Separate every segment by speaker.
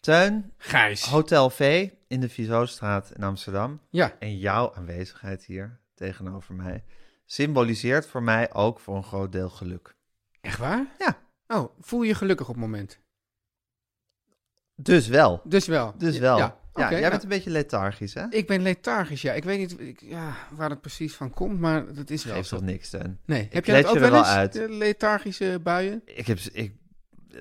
Speaker 1: Teun,
Speaker 2: Gijs.
Speaker 1: Hotel V in de Vizostraat in Amsterdam.
Speaker 2: Oh, Ja.
Speaker 1: En jouw aanwezigheid hier tegenover mij symboliseert voor mij ook voor een groot deel geluk.
Speaker 2: Echt waar?
Speaker 1: Ja,
Speaker 2: Oh, voel je je gelukkig op het moment?
Speaker 1: dus wel.
Speaker 2: Dus wel.
Speaker 1: Dus
Speaker 2: Ja,
Speaker 1: wel.
Speaker 2: Ja,
Speaker 1: Ja,
Speaker 2: oké,
Speaker 1: jij
Speaker 2: nou,
Speaker 1: bent een beetje lethargisch, hè?
Speaker 2: Ik ben lethargisch, ja. Ik weet niet ik- ja, waar het precies van komt, maar dat is
Speaker 1: Dat
Speaker 2: wel
Speaker 1: is toch
Speaker 2: zo.
Speaker 1: niks, Teun?
Speaker 2: Nee,
Speaker 1: Ik
Speaker 2: heb jij
Speaker 1: let
Speaker 2: dat ook
Speaker 1: je er
Speaker 2: wel eens,
Speaker 1: wel uit.
Speaker 2: de lethargische buien?
Speaker 1: Ik heb, z- ik,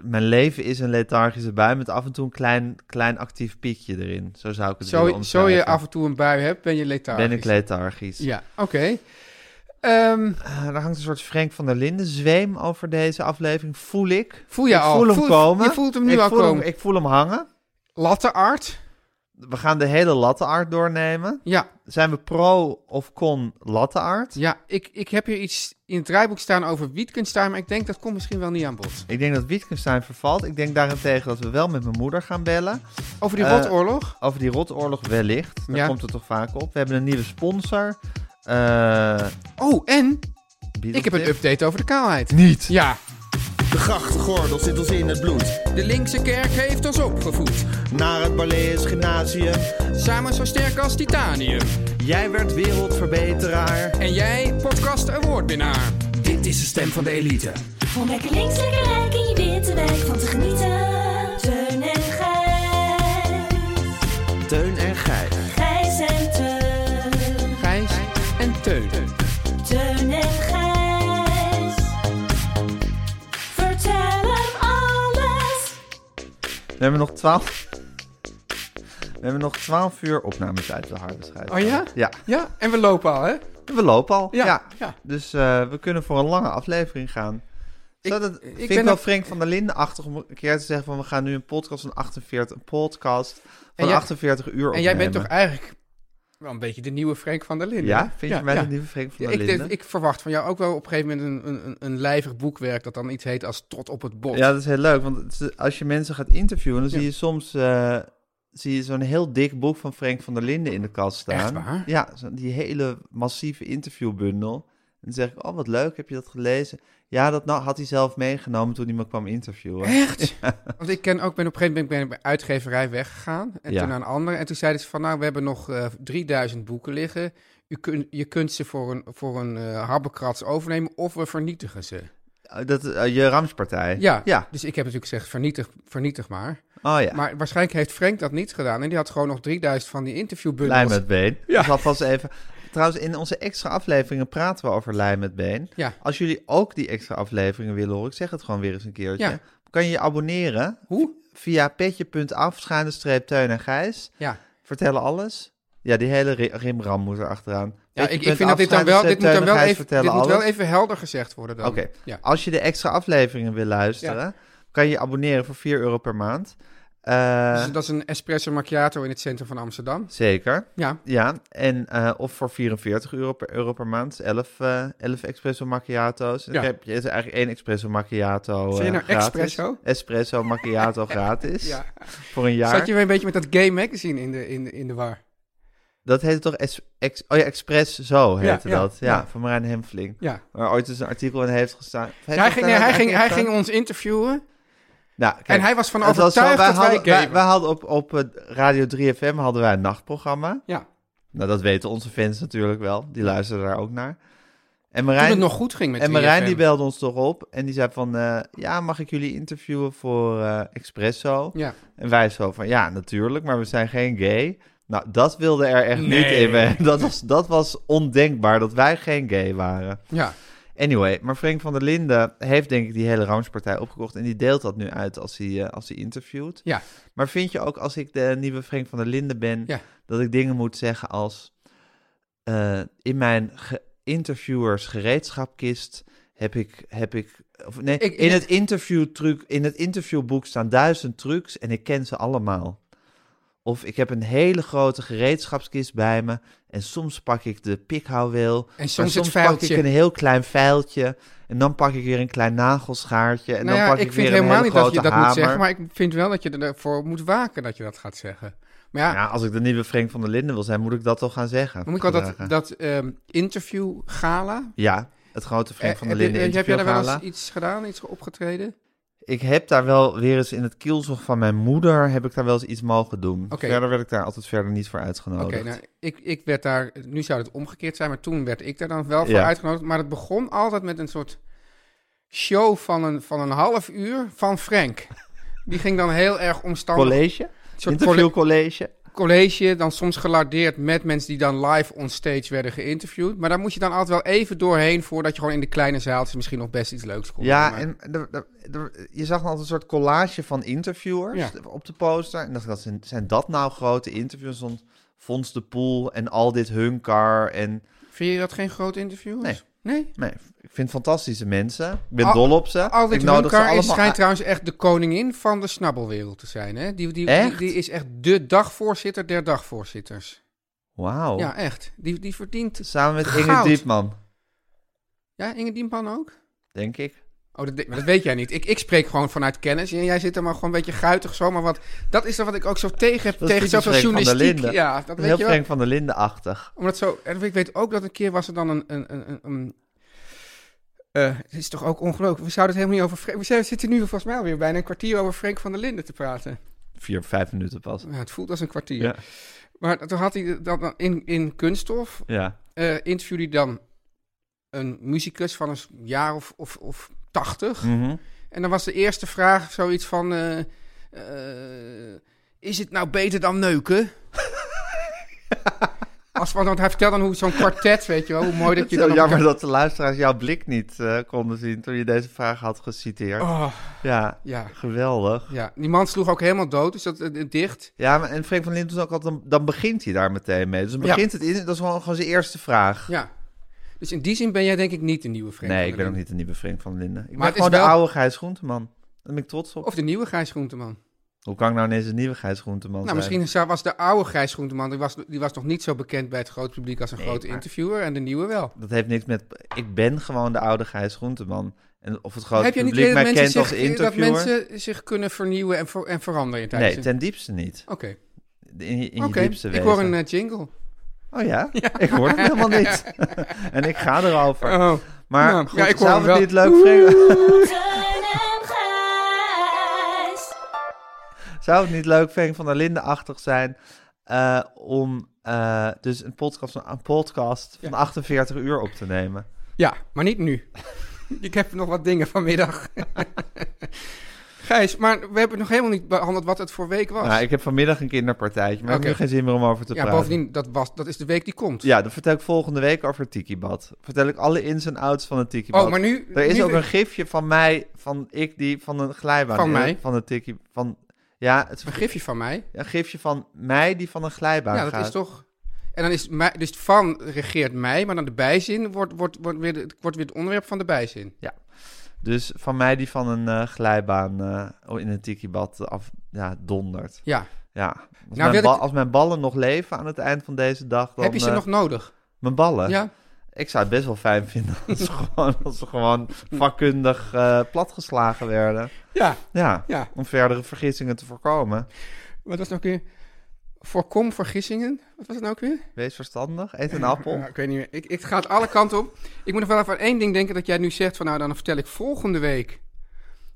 Speaker 1: mijn leven is een lethargische bui met af en toe een klein, klein actief piekje erin. Zo zou ik het willen
Speaker 2: Zo, zo je
Speaker 1: omschrijven.
Speaker 2: af en toe een bui hebt, ben je lethargisch.
Speaker 1: Ben ik lethargisch.
Speaker 2: Ja, oké. Ehm,
Speaker 1: Ah, er hangt een soort Frank van der Linden zweem over deze aflevering. Voel ik.
Speaker 2: Voel je
Speaker 1: ik
Speaker 2: al.
Speaker 1: Voel hem
Speaker 2: Voel-
Speaker 1: komen.
Speaker 2: je voelt hem nu
Speaker 1: ik
Speaker 2: al
Speaker 1: voel
Speaker 2: komen.
Speaker 1: ik voel hem hangen.
Speaker 2: latte art?
Speaker 1: We gaan de hele latte art doornemen.
Speaker 2: Ja,
Speaker 1: Zijn we pro of con latte art?
Speaker 2: ja ik, ik heb hier iets in het draaiboek staan over Wittgenstein, maar ik denk dat komt misschien wel niet aan bod.
Speaker 1: Ik denk dat Wittgenstein vervalt. Ik denk daarentegen dat we wel met mijn moeder gaan bellen.
Speaker 2: Over die
Speaker 1: Eh,
Speaker 2: rotoorlog?
Speaker 1: Over die rotoorlog wellicht. Daar
Speaker 2: Ja.
Speaker 1: komt het toch vaak op. We hebben een nieuwe sponsor. Eh,
Speaker 2: Oh, en
Speaker 1: Beatles
Speaker 2: ik heb een
Speaker 1: tip.
Speaker 2: update over de kaalheid.
Speaker 1: Niet.
Speaker 2: Ja.
Speaker 3: De grachtgordel zit ons in het bloed.
Speaker 2: De linkse kerk heeft ons opgevoed.
Speaker 3: Naar het Barlees Gymnasium.
Speaker 2: Samen zo sterk als titanium.
Speaker 3: Jij werd wereldverbeteraar.
Speaker 2: En jij, podcast awardwinnaar. Dit is de stem van de elite.
Speaker 4: Om lekker links, lekker rijk in je witte wijk van te genieten. Teun en Gijs.
Speaker 3: Teun en Gijs.
Speaker 4: Gijs en Teun.
Speaker 2: Gijs en Teun.
Speaker 4: Teun en Gijs. Vertel hem alles.
Speaker 1: We hebben nog 12. We hebben nog 12 uur opnametijd te harde schrijven.
Speaker 2: Oh ja?
Speaker 1: Ja.
Speaker 2: Ja, en we lopen al, hè?
Speaker 1: We lopen al. Ja.
Speaker 2: Ja, ja.
Speaker 1: Dus eh, we kunnen voor een lange aflevering gaan.
Speaker 2: Ik-
Speaker 1: Zou dat,
Speaker 2: ik
Speaker 1: vind ik
Speaker 2: ben
Speaker 1: wel
Speaker 2: ook-
Speaker 1: Frank van der Linden achtig om een keer te zeggen van we gaan nu een podcast van 48, een podcast van
Speaker 2: jij-
Speaker 1: 48 uur opnemen.
Speaker 2: En jij bent toch eigenlijk wel een beetje de nieuwe Frank van der Linden?
Speaker 1: Ja, vind je mij
Speaker 2: ja.
Speaker 1: de nieuwe Frank van
Speaker 2: Ja,
Speaker 1: der
Speaker 2: ik, denk-
Speaker 1: Linden?
Speaker 2: ik verwacht van jou ook wel op een gegeven moment een, een, een lijvig boekwerk dat dan iets heet als Tot op het bot.
Speaker 1: Ja, dat is heel leuk, want het is- als je mensen gaat interviewen, dan
Speaker 2: Ja.
Speaker 1: zie je soms eh, zie je zo'n heel dik boek van Frank van der Linden in de kast staan.
Speaker 2: Echt waar?
Speaker 1: Ja, zo- die hele massieve interviewbundel. En dan zeg ik, oh wat leuk, heb je dat gelezen? Ja, dat nou, had hij zelf meegenomen toen hij me kwam interviewen.
Speaker 2: Echt? Want ik ken ook, ben op een gegeven moment ben ik bij uitgeverij weggegaan. En
Speaker 1: Ja.
Speaker 2: toen naar een andere. En toen zeiden ze van, nou, we hebben nog eh 3000 boeken liggen. U kun, je kunt ze voor een, voor een eh, habbekrats overnemen of we vernietigen ze.
Speaker 1: Oh, Dat, eh, je Ramspartij?
Speaker 2: Ja,
Speaker 1: ja.
Speaker 2: dus ik heb natuurlijk gezegd, vernietig, vernietig maar.
Speaker 1: Oh ja,
Speaker 2: Maar waarschijnlijk heeft Frank dat niet gedaan. En die had gewoon nog 3000 van die interviewbundels.
Speaker 1: lijm met been.
Speaker 2: Ja.
Speaker 1: Dus alvast even... Trouwens, in onze extra afleveringen praten we over lijm met been.
Speaker 2: Ja.
Speaker 1: Als jullie ook die extra afleveringen willen horen, ik zeg het gewoon weer eens een keertje.
Speaker 2: Ja.
Speaker 1: Kan je je abonneren
Speaker 2: Hoe?
Speaker 1: via petje.af, schuine streep Teun en Gijs.
Speaker 2: Ja.
Speaker 1: Vertellen alles. Ja, die hele ri- rimram moet er achteraan.
Speaker 2: Ja, ik, ik vind dat dit dan wel, dit moet
Speaker 1: dus
Speaker 2: dan wel even, dit moet wel even helder gezegd worden dan.
Speaker 1: Oké,
Speaker 2: Ja.
Speaker 1: als je de extra afleveringen wil luisteren, kan je je abonneren voor 4 euro per maand. Eh,
Speaker 2: Dus dat is een espresso macchiato in het centrum van Amsterdam.
Speaker 1: Zeker.
Speaker 2: Ja,
Speaker 1: Ja, en, eh, of voor 44 euro per, euro per maand, 11, eh 11 espresso macchiato's. En Dan
Speaker 2: Ja.
Speaker 1: heb je is er eigenlijk één espresso macchiato
Speaker 2: Zeg je
Speaker 1: eh,
Speaker 2: nou
Speaker 1: gratis.
Speaker 2: espresso?
Speaker 1: Espresso macchiato gratis
Speaker 2: ja.
Speaker 1: voor een jaar.
Speaker 2: Zat je weer een beetje met dat gay magazine in de, in de, in de war?
Speaker 1: Dat heette toch es, ex, oh ja, Express Zo heette
Speaker 2: Ja, ja,
Speaker 1: dat. Ja,
Speaker 2: ja.
Speaker 1: van Marijn Hemfling.
Speaker 2: Ja.
Speaker 1: Waar ooit eens een artikel in heeft gestaan. Heeft
Speaker 2: hij, ging, nee, hij, ging, hij ging
Speaker 1: gestaan?
Speaker 2: ons interviewen.
Speaker 1: Nou, kijk,
Speaker 2: en hij was van
Speaker 1: het was zo,
Speaker 2: overtuigd
Speaker 1: wij
Speaker 2: dat wij
Speaker 1: hadden,
Speaker 2: gay
Speaker 1: wij,
Speaker 2: waren.
Speaker 1: wij hadden op, op eh, Radio 3FM hadden wij een nachtprogramma.
Speaker 2: Ja.
Speaker 1: Nou, dat weten onze fans natuurlijk wel. Die luisteren daar ook naar. En
Speaker 2: Toen het
Speaker 1: Marijn,
Speaker 2: nog goed ging met
Speaker 1: en Marijn
Speaker 2: 3FM.
Speaker 1: die belde ons toch op en die zei van, eh, ja, mag ik jullie interviewen voor eh, Expresso?
Speaker 2: Ja.
Speaker 1: En wij zo van, ja, natuurlijk, maar we zijn geen gay. Nou, dat wilde er echt niet
Speaker 2: Nee.
Speaker 1: in. We- Dat was, dat was ondenkbaar, dat wij geen gay waren.
Speaker 2: ja.
Speaker 1: Anyway, maar Frank van der Linden heeft denk ik die hele Ramspartij opgekocht... en die deelt dat nu uit als hij, eh, als hij interviewt.
Speaker 2: Ja.
Speaker 1: Maar vind je ook als ik de nieuwe Frank van der Linden ben...
Speaker 2: Ja.
Speaker 1: dat ik dingen moet zeggen als... eh, in mijn ge- interviewers gereedschapkist heb ik... Heb ik of nee,
Speaker 2: Ik-
Speaker 1: in,
Speaker 2: ik-
Speaker 1: het interviewtruc, in het interviewboek staan duizend trucs en ik ken ze allemaal. Of ik heb een hele grote gereedschapskist bij me... en soms pak ik de pikhouweel...
Speaker 2: En
Speaker 1: Maar
Speaker 2: soms,
Speaker 1: soms
Speaker 2: het vuiltje.
Speaker 1: pak ik een heel klein vijltje. En dan pak ik weer een klein nagelschaartje. En
Speaker 2: nou
Speaker 1: dan
Speaker 2: ja,
Speaker 1: pak
Speaker 2: ik,
Speaker 1: ik,
Speaker 2: vind
Speaker 1: weer een
Speaker 2: helemaal
Speaker 1: hele
Speaker 2: niet dat je
Speaker 1: grote
Speaker 2: dat
Speaker 1: hamer.
Speaker 2: moet zeggen, maar ik vind wel dat je ervoor moet waken dat je dat gaat zeggen. Maar ja, Nou,
Speaker 1: Ja, als ik de nieuwe Frank van der Linden wil zijn, moet ik dat toch gaan zeggen.
Speaker 2: moet ik wel dat,
Speaker 1: Vandaag.
Speaker 2: dat ehm, interview gala.
Speaker 1: Ja, het grote Frank van der
Speaker 2: Eh, heb,
Speaker 1: Linden
Speaker 2: je, heb jij daar wel
Speaker 1: interviewgala.
Speaker 2: eens iets gedaan, iets opgetreden?
Speaker 1: Ik heb daar wel weer eens in het kielzog van mijn moeder... heb ik daar wel eens iets mogen doen.
Speaker 2: Oké.
Speaker 1: Verder werd ik daar altijd verder niet voor uitgenodigd.
Speaker 2: Oké, nou, ik, ik werd daar, nu zou het omgekeerd zijn, maar toen werd ik daar dan wel voor
Speaker 1: Ja.
Speaker 2: uitgenodigd. Maar het begon altijd met een soort show van een, van een half uur van Frank. Die ging dan heel erg omstandig.
Speaker 1: College?
Speaker 2: een soort colle-
Speaker 1: Interviewcollege?
Speaker 2: college, dan soms gelardeerd met mensen die dan live onstage werden geïnterviewd. Maar daar moest je dan altijd wel even doorheen voordat je gewoon in de kleine zaaltjes misschien nog best iets leuks kon doen.
Speaker 1: Ja,
Speaker 2: Maar-
Speaker 1: en er- er- er- je zag dan altijd een soort collage van interviewers
Speaker 2: Ja.
Speaker 1: op de poster. En dacht, ik, wat zijn, zijn dat nou grote interviews? Van Fons de Poel en al dit Hunkar. En
Speaker 2: Vind je dat geen groot interview?
Speaker 1: Nee.
Speaker 2: Nee?
Speaker 1: nee, ik vind fantastische mensen. Ik ben
Speaker 2: Al-
Speaker 1: dol op ze.
Speaker 2: Aldrich
Speaker 1: ik nodig ze
Speaker 2: Hunkar is,
Speaker 1: allemaal
Speaker 2: schijnt
Speaker 1: uit.
Speaker 2: trouwens echt de koningin van de snabbelwereld te zijn. Hè? Die, die, die,
Speaker 1: Echt?
Speaker 2: die is echt de dagvoorzitter der dagvoorzitters.
Speaker 1: Wauw.
Speaker 2: Ja, echt. Die, die verdient...
Speaker 1: Samen met Inge
Speaker 2: Goud.
Speaker 1: Diepman,
Speaker 2: Ja, Inge Diempan ook?
Speaker 1: denk ik.
Speaker 2: Oh, dat, maar dat weet jij niet. Ik, ik spreek gewoon vanuit kennis. En jij zit er maar gewoon een beetje guitig zo. Maar wat, dat is dan wat ik ook zo tegen heb.
Speaker 1: Dat is
Speaker 2: tegen
Speaker 1: typisch
Speaker 2: zoveel
Speaker 1: Frank van der
Speaker 2: journalistiek.
Speaker 1: Linden.
Speaker 2: Ja, dat
Speaker 1: Dat is
Speaker 2: weet
Speaker 1: heel
Speaker 2: je wel.
Speaker 1: Frank van der Linden-achtig.
Speaker 2: Omdat zo, en ik weet ook dat een keer was er dan een. een, een, een, een- eh, het is toch ook ongelooflijk. We zouden het helemaal niet over. Frank- We zijn- we zitten nu volgens mij alweer bijna een kwartier over Frank van der Linden te praten.
Speaker 1: Vier, vijf minuten pas.
Speaker 2: Ja, het voelt als een kwartier.
Speaker 1: Ja.
Speaker 2: Maar toen had hij dat dan in, in Kunststof.
Speaker 1: Ja.
Speaker 2: eh interviewde hij dan een muzikus van een jaar of, of, of tachtig.
Speaker 1: Mhm.
Speaker 2: En dan was de eerste vraag zoiets van: eh, eh, Is het nou beter dan neuken? Als, want want hij vertelt dan hoe zo'n kwartet, weet je wel, hoe mooi dat
Speaker 1: Het
Speaker 2: je
Speaker 1: is heel
Speaker 2: dan. op
Speaker 1: jammer
Speaker 2: elkaar-
Speaker 1: dat de luisteraars jouw blik niet eh, konden zien toen je deze vraag had geciteerd.
Speaker 2: Oh,
Speaker 1: Ja,
Speaker 2: ja,
Speaker 1: geweldig.
Speaker 2: ja, die man sloeg ook helemaal dood, dus dat eh, dicht.
Speaker 1: Ja, maar en Frank van Linden is ook altijd, dan begint hij daar meteen mee. Dus dan
Speaker 2: Ja.
Speaker 1: begint het in, dat is gewoon, gewoon zijn eerste vraag.
Speaker 2: Ja. Dus in die zin ben jij denk ik niet de nieuwe Frank.
Speaker 1: nee,
Speaker 2: van
Speaker 1: ik
Speaker 2: der
Speaker 1: ben ook
Speaker 2: Linden.
Speaker 1: niet de nieuwe Frank van Linden. Ik
Speaker 2: Maar
Speaker 1: ben
Speaker 2: het
Speaker 1: gewoon
Speaker 2: is
Speaker 1: de
Speaker 2: wel-
Speaker 1: oude Gijs Groenteman. Daar ben ik trots op.
Speaker 2: Of de nieuwe Gijs Groenteman.
Speaker 1: Hoe kan ik nou ineens een nieuwe Gijs Groenteman
Speaker 2: Nou,
Speaker 1: zijn?
Speaker 2: misschien zou- was de oude Gijs Groenteman, die was, die was nog niet zo bekend bij het grote publiek als een
Speaker 1: Nee,
Speaker 2: grote
Speaker 1: maar-
Speaker 2: interviewer. En de nieuwe wel.
Speaker 1: Dat heeft niks met... Ik ben gewoon de oude Gijs Groenteman. En of het grote
Speaker 2: Heb je niet het
Speaker 1: publiek
Speaker 2: idee dat
Speaker 1: mij
Speaker 2: mensen,
Speaker 1: kent als
Speaker 2: zich, dat
Speaker 1: interviewer...
Speaker 2: mensen zich kunnen vernieuwen en, ver- en veranderen tijdens
Speaker 1: Nee,
Speaker 2: een-
Speaker 1: ten diepste niet.
Speaker 2: Oké,
Speaker 1: In, je- in
Speaker 2: oké.
Speaker 1: je diepste
Speaker 2: ik hoor
Speaker 1: wezen.
Speaker 2: een eh, jingle.
Speaker 1: Oh ja? Ik hoor het helemaal niet. en ik ga erover.
Speaker 2: Oh,
Speaker 1: maar
Speaker 2: nou,
Speaker 1: goed,
Speaker 2: ja, ik hoor
Speaker 1: zou
Speaker 2: hem
Speaker 1: het
Speaker 2: wel.
Speaker 1: niet leuk vinden...
Speaker 4: Teun en Gijs.
Speaker 1: Zou het niet leuk, Frank van der Linden-achtig zijn, eh, om eh, dus een podcast, van- een podcast van 48 uur op te nemen?
Speaker 2: Ja, maar niet nu. ik heb nog wat dingen vanmiddag. Gijs, maar we hebben nog helemaal niet behandeld wat het voor week was.
Speaker 1: Nou, ik heb vanmiddag een kinderpartijtje, maar ik
Speaker 2: Oké.
Speaker 1: heb nu geen zin meer om over te
Speaker 2: ja,
Speaker 1: praten.
Speaker 2: bovendien, dat, was, dat is de week die komt.
Speaker 1: Ja, dan vertel ik volgende week over Tikibad. Vertel ik alle ins en outs van het Tikibad.
Speaker 2: oh, maar nu...
Speaker 1: Er is
Speaker 2: nu-
Speaker 1: ook een gifje van mij, van ik die, van een glijbaan.
Speaker 2: Van
Speaker 1: eh,
Speaker 2: mij?
Speaker 1: Van het Tiki, van, ja, het is
Speaker 2: een gifje van mij.
Speaker 1: een gifje van mij die van een glijbaan
Speaker 2: Ja, dat
Speaker 1: gaat.
Speaker 2: is toch... En dan is mij, dus van regeert mij, maar dan de bijzin wordt, wordt, wordt, weer, de- wordt weer het onderwerp van de bijzin.
Speaker 1: Dus van mij die van een eh, glijbaan eh, in een Tikibad af, ja, dondert.
Speaker 2: Ja.
Speaker 1: Ja, als,
Speaker 2: Nou,
Speaker 1: mijn
Speaker 2: wil
Speaker 1: bal-
Speaker 2: ik-
Speaker 1: als mijn ballen nog leven aan het eind van deze dag, dan...
Speaker 2: Heb je ze
Speaker 1: eh,
Speaker 2: nog nodig?
Speaker 1: Mijn ballen?
Speaker 2: Ja.
Speaker 1: Ik zou het best wel fijn vinden als ze gewoon, als ze gewoon vakkundig eh, platgeslagen werden.
Speaker 2: Ja.
Speaker 1: Ja,
Speaker 2: Ja.
Speaker 1: om verdere vergissingen te voorkomen.
Speaker 2: Wat was het nou ook weer? Voorkom vergissingen. Wat was het nou ook weer?
Speaker 1: Wees verstandig, eet een appel.
Speaker 2: Nou, ik weet niet meer. Ik, ik ga het alle kanten op. Ik moet nog wel even aan één ding denken dat jij nu zegt van nou dan vertel ik volgende week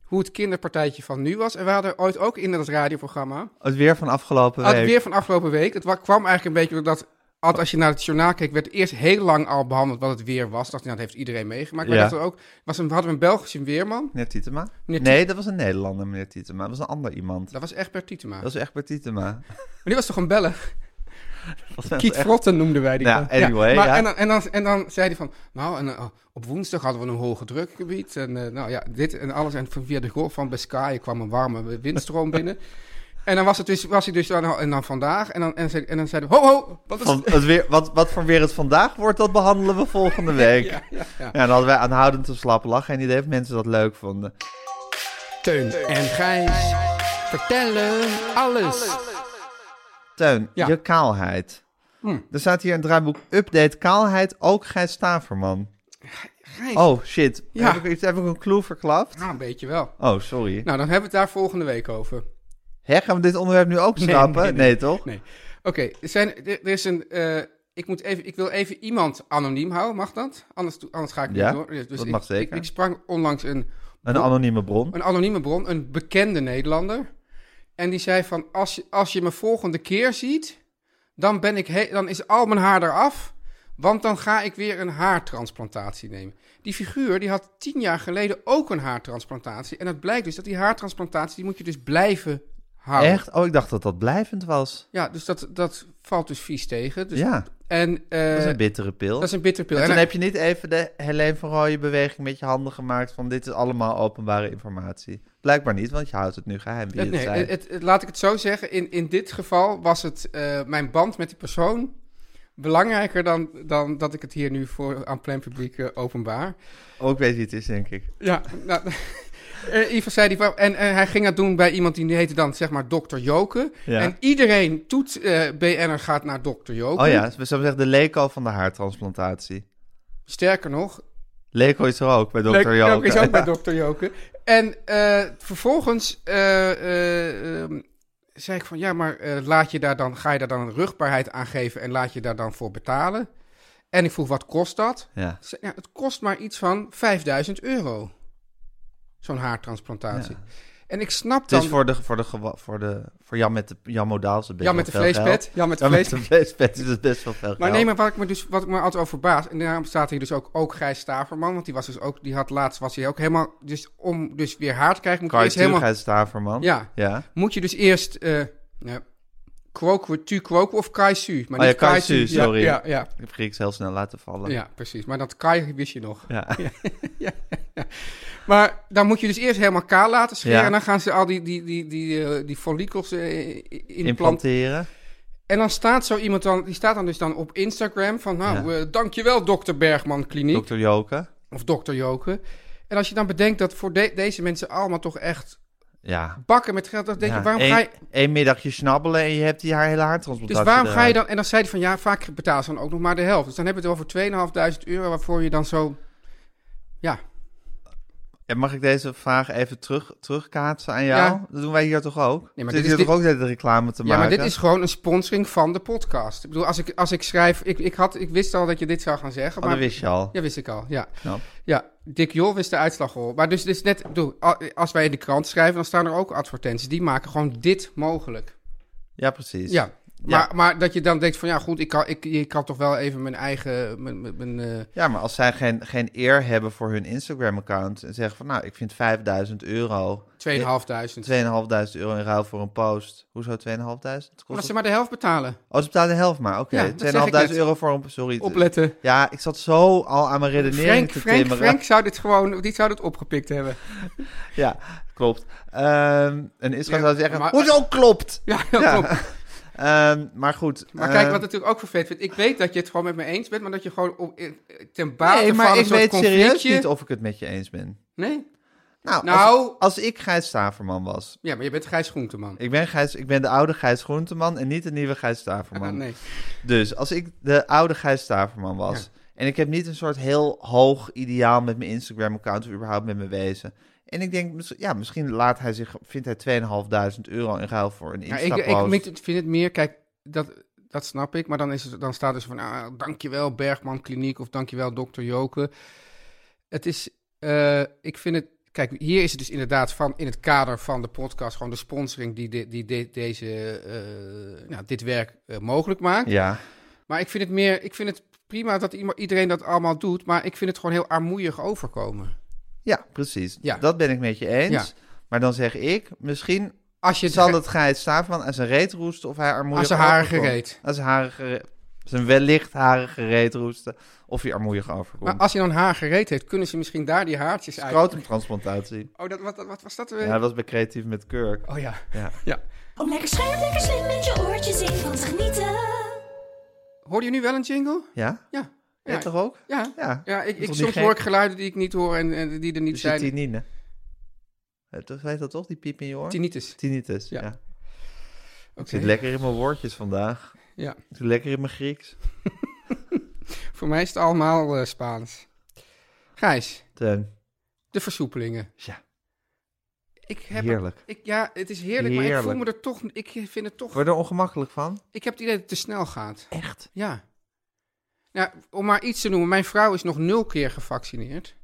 Speaker 2: hoe het kinderpartijtje van nu was. En we hadden ooit ook in dat radioprogramma
Speaker 1: Het weer van afgelopen
Speaker 2: Ah, het
Speaker 1: week.
Speaker 2: weer van afgelopen week. Het wa- kwam eigenlijk een beetje doordat altijd als je naar het journaal keek, werd eerst heel lang al behandeld wat het weer was. Dacht, nou, dat heeft iedereen meegemaakt. Maar
Speaker 1: Ja.
Speaker 2: dat er ook, was een, hadden we een Belgische weerman.
Speaker 1: Meneer Tietema?
Speaker 2: Meneer
Speaker 1: nee, dat was een Nederlander, meneer Tietema. Dat was een ander iemand.
Speaker 2: Dat was echt per Tietema.
Speaker 1: Dat was echt bij Tietema.
Speaker 2: Maar die was toch een Belg?
Speaker 1: Dat was
Speaker 2: Kiet
Speaker 1: echt-
Speaker 2: Frotten noemden wij die.
Speaker 1: Ja,
Speaker 2: man.
Speaker 1: anyway,
Speaker 2: maar
Speaker 1: ja.
Speaker 2: En, dan, en, dan, en dan zei hij van, nou, en, eh, op woensdag hadden we een hoge drukgebied. En eh, nou ja, dit en alles. En van- via de golf van Biscayen kwam een warme windstroom binnen. En dan was, het dus, was hij dus dan, en dan vandaag. En dan, en, zei- en dan zeiden we, ho, ho, wat is
Speaker 1: Van het weer, wat, wat voor weer het vandaag wordt, dat behandelen we volgende week. Ja,
Speaker 2: ja, ja.
Speaker 1: dan hadden wij aanhoudend te slapen lachen. Geen idee of mensen dat leuk vonden.
Speaker 2: Teun en Gijs vertellen alles.
Speaker 1: Teun,
Speaker 2: Ja. Hmm.
Speaker 1: je kaalheid. Er staat hier een draaiboek Update Kaalheid, ook Gijs Staverman.
Speaker 2: Gijs,
Speaker 1: Oh, shit.
Speaker 2: Ja.
Speaker 1: Heb, ik, heb ik een clue verklapt?
Speaker 2: nou, een beetje wel.
Speaker 1: Oh, sorry.
Speaker 2: Nou, dan hebben we het daar volgende week over.
Speaker 1: Hè, gaan we dit onderwerp nu ook schrappen? Nee,
Speaker 2: nee,
Speaker 1: toch?
Speaker 2: Nee. Oké, er, zijn- er er is een. eh, ik, moet even, ik wil even iemand anoniem houden, mag dat? Anders, doe- anders ga ik niet
Speaker 1: Ja,
Speaker 2: door. Dus, dus
Speaker 1: dat
Speaker 2: ik,
Speaker 1: mag zeker.
Speaker 2: Ik, ik sprak onlangs een,
Speaker 1: Een anonieme bron.
Speaker 2: een anonieme bron, een bekende Nederlander. En die zei van, als je, als je me volgende keer ziet, dan, ben ik he- dan is al mijn haar eraf. Want dan ga ik weer een haartransplantatie nemen. Die figuur die had tien jaar geleden ook een haartransplantatie. En het blijkt dus dat die haartransplantatie, die moet je dus blijven houden.
Speaker 1: Echt? Oh, ik dacht dat dat blijvend was.
Speaker 2: Ja, dus dat, dat valt dus vies tegen. Dus,
Speaker 1: Ja,
Speaker 2: En, eh,
Speaker 1: dat is een bittere pil.
Speaker 2: dat is een bittere pil.
Speaker 1: En
Speaker 2: En
Speaker 1: toen
Speaker 2: hij-
Speaker 1: heb je niet even de Helene van Rooyen beweging met je handen gemaakt van dit is allemaal openbare informatie. Blijkbaar niet, want je houdt het nu geheim wie
Speaker 2: het,
Speaker 1: het
Speaker 2: Eh, nee,
Speaker 1: zijn.
Speaker 2: het, het- het- laat ik het zo zeggen. In, in dit geval was het eh, mijn band met die persoon belangrijker dan, dan dat ik het hier nu voor aan plein publiek eh, openbaar.
Speaker 1: Ook weet wie het is, denk ik.
Speaker 2: Ja, nou, eh, Ivo zei die van- en, en hij ging dat doen bij iemand die heette dan zeg maar Dr. Joke.
Speaker 1: Ja.
Speaker 2: En iedereen toet eh, BN'er gaat naar Dr. Joke.
Speaker 1: Oh ja, we zouden zeggen de Leco van de haartransplantatie.
Speaker 2: Sterker nog,
Speaker 1: Leco is er ook bij dokter
Speaker 2: Leuk,
Speaker 1: Joke.
Speaker 2: is ook bij dokter Joke. En eh, vervolgens eh, eh, ehm, zei ik van ja, maar eh, laat je daar dan, ga je daar dan een rugbaarheid aan geven en laat je daar dan voor betalen? En ik vroeg wat kost dat?
Speaker 1: Ja.
Speaker 2: Ze zei, ja, het kost maar iets van 5000 euro. Zo'n haartransplantatie. En ik snap dan.
Speaker 1: Het is voor, de, voor, de, gewa- voor, de, voor Jan met de Jan Modaal.
Speaker 2: Jan met de vleespet. Jan met de
Speaker 1: Jan met de
Speaker 2: vlees-
Speaker 1: vleespet is het best wel veel
Speaker 2: Maar
Speaker 1: geld.
Speaker 2: nee, maar wat ik me, dus, wat ik me altijd over verbaas... en daarom staat hier dus ook, ook Gijs Staverman... want die, was dus ook, die had laatst was hij ook helemaal... Dus om dus weer haar te krijgen... moet hij
Speaker 1: Kai
Speaker 2: eerst helemaal
Speaker 1: Tuurgheid Staverman.
Speaker 2: Ja.
Speaker 1: ja.
Speaker 2: moet je dus eerst eh ja, kwokwe, tu kwokwe of kaisu. Maar
Speaker 1: Oh ja,
Speaker 2: niet kaisu,
Speaker 1: kaisu,
Speaker 2: ja,
Speaker 1: sorry.
Speaker 2: Ja, ja,
Speaker 1: Ik heb Grieks heel snel laten vallen.
Speaker 2: ja, precies. Maar dat kai wist je nog.
Speaker 1: Ja.
Speaker 2: Maar dan moet je dus eerst helemaal kaal laten scheren.
Speaker 1: Ja.
Speaker 2: En dan gaan ze al die, die, die, die, eh, die follicels eh, in plant.
Speaker 1: Implanteren.
Speaker 2: En dan staat zo iemand dan, die staat dan dus dan op Instagram van... Nou, eh, dankjewel dokter Bergman Kliniek.
Speaker 1: Dokter Joke.
Speaker 2: Of dokter Joke. En als je dan bedenkt dat voor de- deze mensen allemaal toch echt
Speaker 1: Ja,
Speaker 2: bakken met geld... Dan denk
Speaker 1: Ja,
Speaker 2: je, waarom
Speaker 1: één,
Speaker 2: ga je...
Speaker 1: één middagje snabbelen en je hebt die haar hele haartransplantatie
Speaker 2: Dus waarom ga je
Speaker 1: eruit.
Speaker 2: dan... En dan zei hij van, ja, vaak betalen ze dan ook nog maar de helft. Dus dan hebben we het over 2.500 euro waarvoor je dan zo... Ja,
Speaker 1: En mag ik deze vraag even terug, terugkaatsen aan jou?
Speaker 2: Ja.
Speaker 1: Dat doen wij hier toch ook?
Speaker 2: Nee, maar
Speaker 1: Zit
Speaker 2: dit is
Speaker 1: hier toch
Speaker 2: dit-
Speaker 1: ook net de reclame te
Speaker 2: ja
Speaker 1: maken?
Speaker 2: maar dit is gewoon een sponsoring van de podcast. Ik bedoel, als ik, als ik schrijf... Ik, ik, had, ik wist al dat je dit zou gaan zeggen,
Speaker 1: Oh,
Speaker 2: maar...
Speaker 1: dat wist je al.
Speaker 2: Ja, wist ik al, ja.
Speaker 1: Knap.
Speaker 2: Ja, Dick Jol wist de uitslag al. Maar dus, dus net, bedoel, a- als wij in de krant schrijven, dan staan er ook advertenties. Die maken gewoon dit mogelijk.
Speaker 1: Ja, precies.
Speaker 2: Ja. Maar, maar dat je dan denkt van, ja goed, ik kan, ik, ik kan toch wel even mijn eigen... Mijn, mijn, mijn, eh,
Speaker 1: Ja, maar als zij geen, geen eer hebben voor hun Instagram-account en zeggen van nou, ik vind 5000 euro,
Speaker 2: 2.500.
Speaker 1: 2500 euro in ruil voor een post. Hoezo 2500?
Speaker 2: Omdat
Speaker 1: Kost
Speaker 2: ze
Speaker 1: het-
Speaker 2: maar de helft betalen.
Speaker 1: Oh, ze betalen de helft maar. Oké,
Speaker 2: Ja, dat zeg ik
Speaker 1: 2500
Speaker 2: net.
Speaker 1: euro voor een... Sorry. t-
Speaker 2: Opletten.
Speaker 1: Ja, ik zat zo al aan mijn redenering
Speaker 2: Frank,
Speaker 1: te
Speaker 2: Frank,
Speaker 1: timmeren.
Speaker 2: Frank zou dit gewoon, die zou dit opgepikt hebben.
Speaker 1: Ja, klopt. Ehm, en Israël
Speaker 2: Ja,
Speaker 1: zou zeggen,
Speaker 2: maar-
Speaker 1: hoezo klopt?
Speaker 2: Ja, dat
Speaker 1: Ja.
Speaker 2: klopt.
Speaker 1: Ehm, maar goed.
Speaker 2: Maar kijk,
Speaker 1: ehm,
Speaker 2: wat ik natuurlijk ook vervelend vind. Ik weet dat je het gewoon met me eens bent, maar dat je gewoon op, eh, ten bate
Speaker 1: Nee,
Speaker 2: van
Speaker 1: maar
Speaker 2: een
Speaker 1: ik
Speaker 2: soort
Speaker 1: weet serieus
Speaker 2: conflictje...
Speaker 1: niet of ik het met je eens ben.
Speaker 2: Nee?
Speaker 1: Nou, als,
Speaker 2: Nou-
Speaker 1: als ik Gijs Staverman was.
Speaker 2: Ja, maar je bent Gijs Groenteman.
Speaker 1: Ik ben, Gijs, ik ben de oude Gijs Groenteman en niet de nieuwe Gijs Staverman.
Speaker 2: Ah, nee.
Speaker 1: Dus als ik de oude Gijs Staverman was... en ik heb niet een soort heel hoog ideaal met mijn Instagram-account... of überhaupt met mijn wezen... En ik denk, mis- ja, misschien laat hij zich, vindt hij 2.500 euro in ruil voor een
Speaker 2: Ja,
Speaker 1: Insta-post.
Speaker 2: ik, ik vind- vind het meer, kijk, dat, dat snap ik. Maar dan, is het, dan staat dus van, ah, dankjewel Bergman Kliniek of dankjewel dokter Joke. Het is, eh, ik vind het, kijk, hier is het dus inderdaad van, in het kader van de podcast, gewoon de sponsoring die, de- die, de- deze, eh, nou, dit werk eh, mogelijk maakt.
Speaker 1: Ja,
Speaker 2: Maar ik vind het meer, ik vind het prima dat iemand- iedereen dat allemaal doet, maar ik vind het gewoon heel armoeig overkomen.
Speaker 1: Ja, precies.
Speaker 2: Ja.
Speaker 1: Dat ben ik met je eens.
Speaker 2: Ja.
Speaker 1: Maar dan zeg ik, misschien
Speaker 2: Als je
Speaker 1: zal
Speaker 2: ge-
Speaker 1: het Gijs Staverman aan zijn reet roesten of hij armoeig
Speaker 2: Aan zijn harige
Speaker 1: overkomt.
Speaker 2: reet.
Speaker 1: Aan zijn harige reet. Zijn wellicht harige reet roesten of hij armoeig
Speaker 2: Maar
Speaker 1: overkomt.
Speaker 2: als je dan haar gereed heeft, kunnen ze misschien daar die haartjes uit.
Speaker 1: Scrotumtransplantatie.
Speaker 2: Oh, dat, wat, wat was dat weer?
Speaker 1: Ja, dat was bij Creatief met Kurk.
Speaker 2: Oh ja.
Speaker 1: Ja.
Speaker 2: ja.
Speaker 4: Om lekker scherp, lekker slim met je oortjes in van te genieten.
Speaker 2: Hoorde je nu wel een jingle?
Speaker 1: Ja?
Speaker 2: Ja.
Speaker 1: Ja,
Speaker 2: Ja,
Speaker 1: toch ook?
Speaker 2: ja.
Speaker 1: Ja.
Speaker 2: Ja, ik,
Speaker 1: Toch
Speaker 2: ik,
Speaker 1: niet
Speaker 2: soms
Speaker 1: gek?
Speaker 2: hoor ik geluiden die ik niet hoor en, en die er niet
Speaker 1: Dus je
Speaker 2: zijn.
Speaker 1: tinine. Eh, Toch heet dat toch, die piep in je oor?
Speaker 2: Tinnitus.
Speaker 1: Tinnitus, ja.
Speaker 2: Ja.
Speaker 1: Ik
Speaker 2: Oké.
Speaker 1: zit lekker in mijn woordjes vandaag.
Speaker 2: Ja.
Speaker 1: Ik zit lekker in mijn Grieks.
Speaker 2: Voor mij is het allemaal eh, Spaans. Gijs,
Speaker 1: Teun,
Speaker 2: de versoepelingen.
Speaker 1: Ja.
Speaker 2: Ik heb
Speaker 1: heerlijk.
Speaker 2: Ik, ja, het is heerlijk, maar ik voel me er toch... Ik vind het toch...
Speaker 1: Word je er ongemakkelijk van?
Speaker 2: Ik heb het idee dat het te snel gaat.
Speaker 1: Echt?
Speaker 2: Ja. Nou, om maar iets te noemen. Mijn vrouw is nog nul keer gevaccineerd.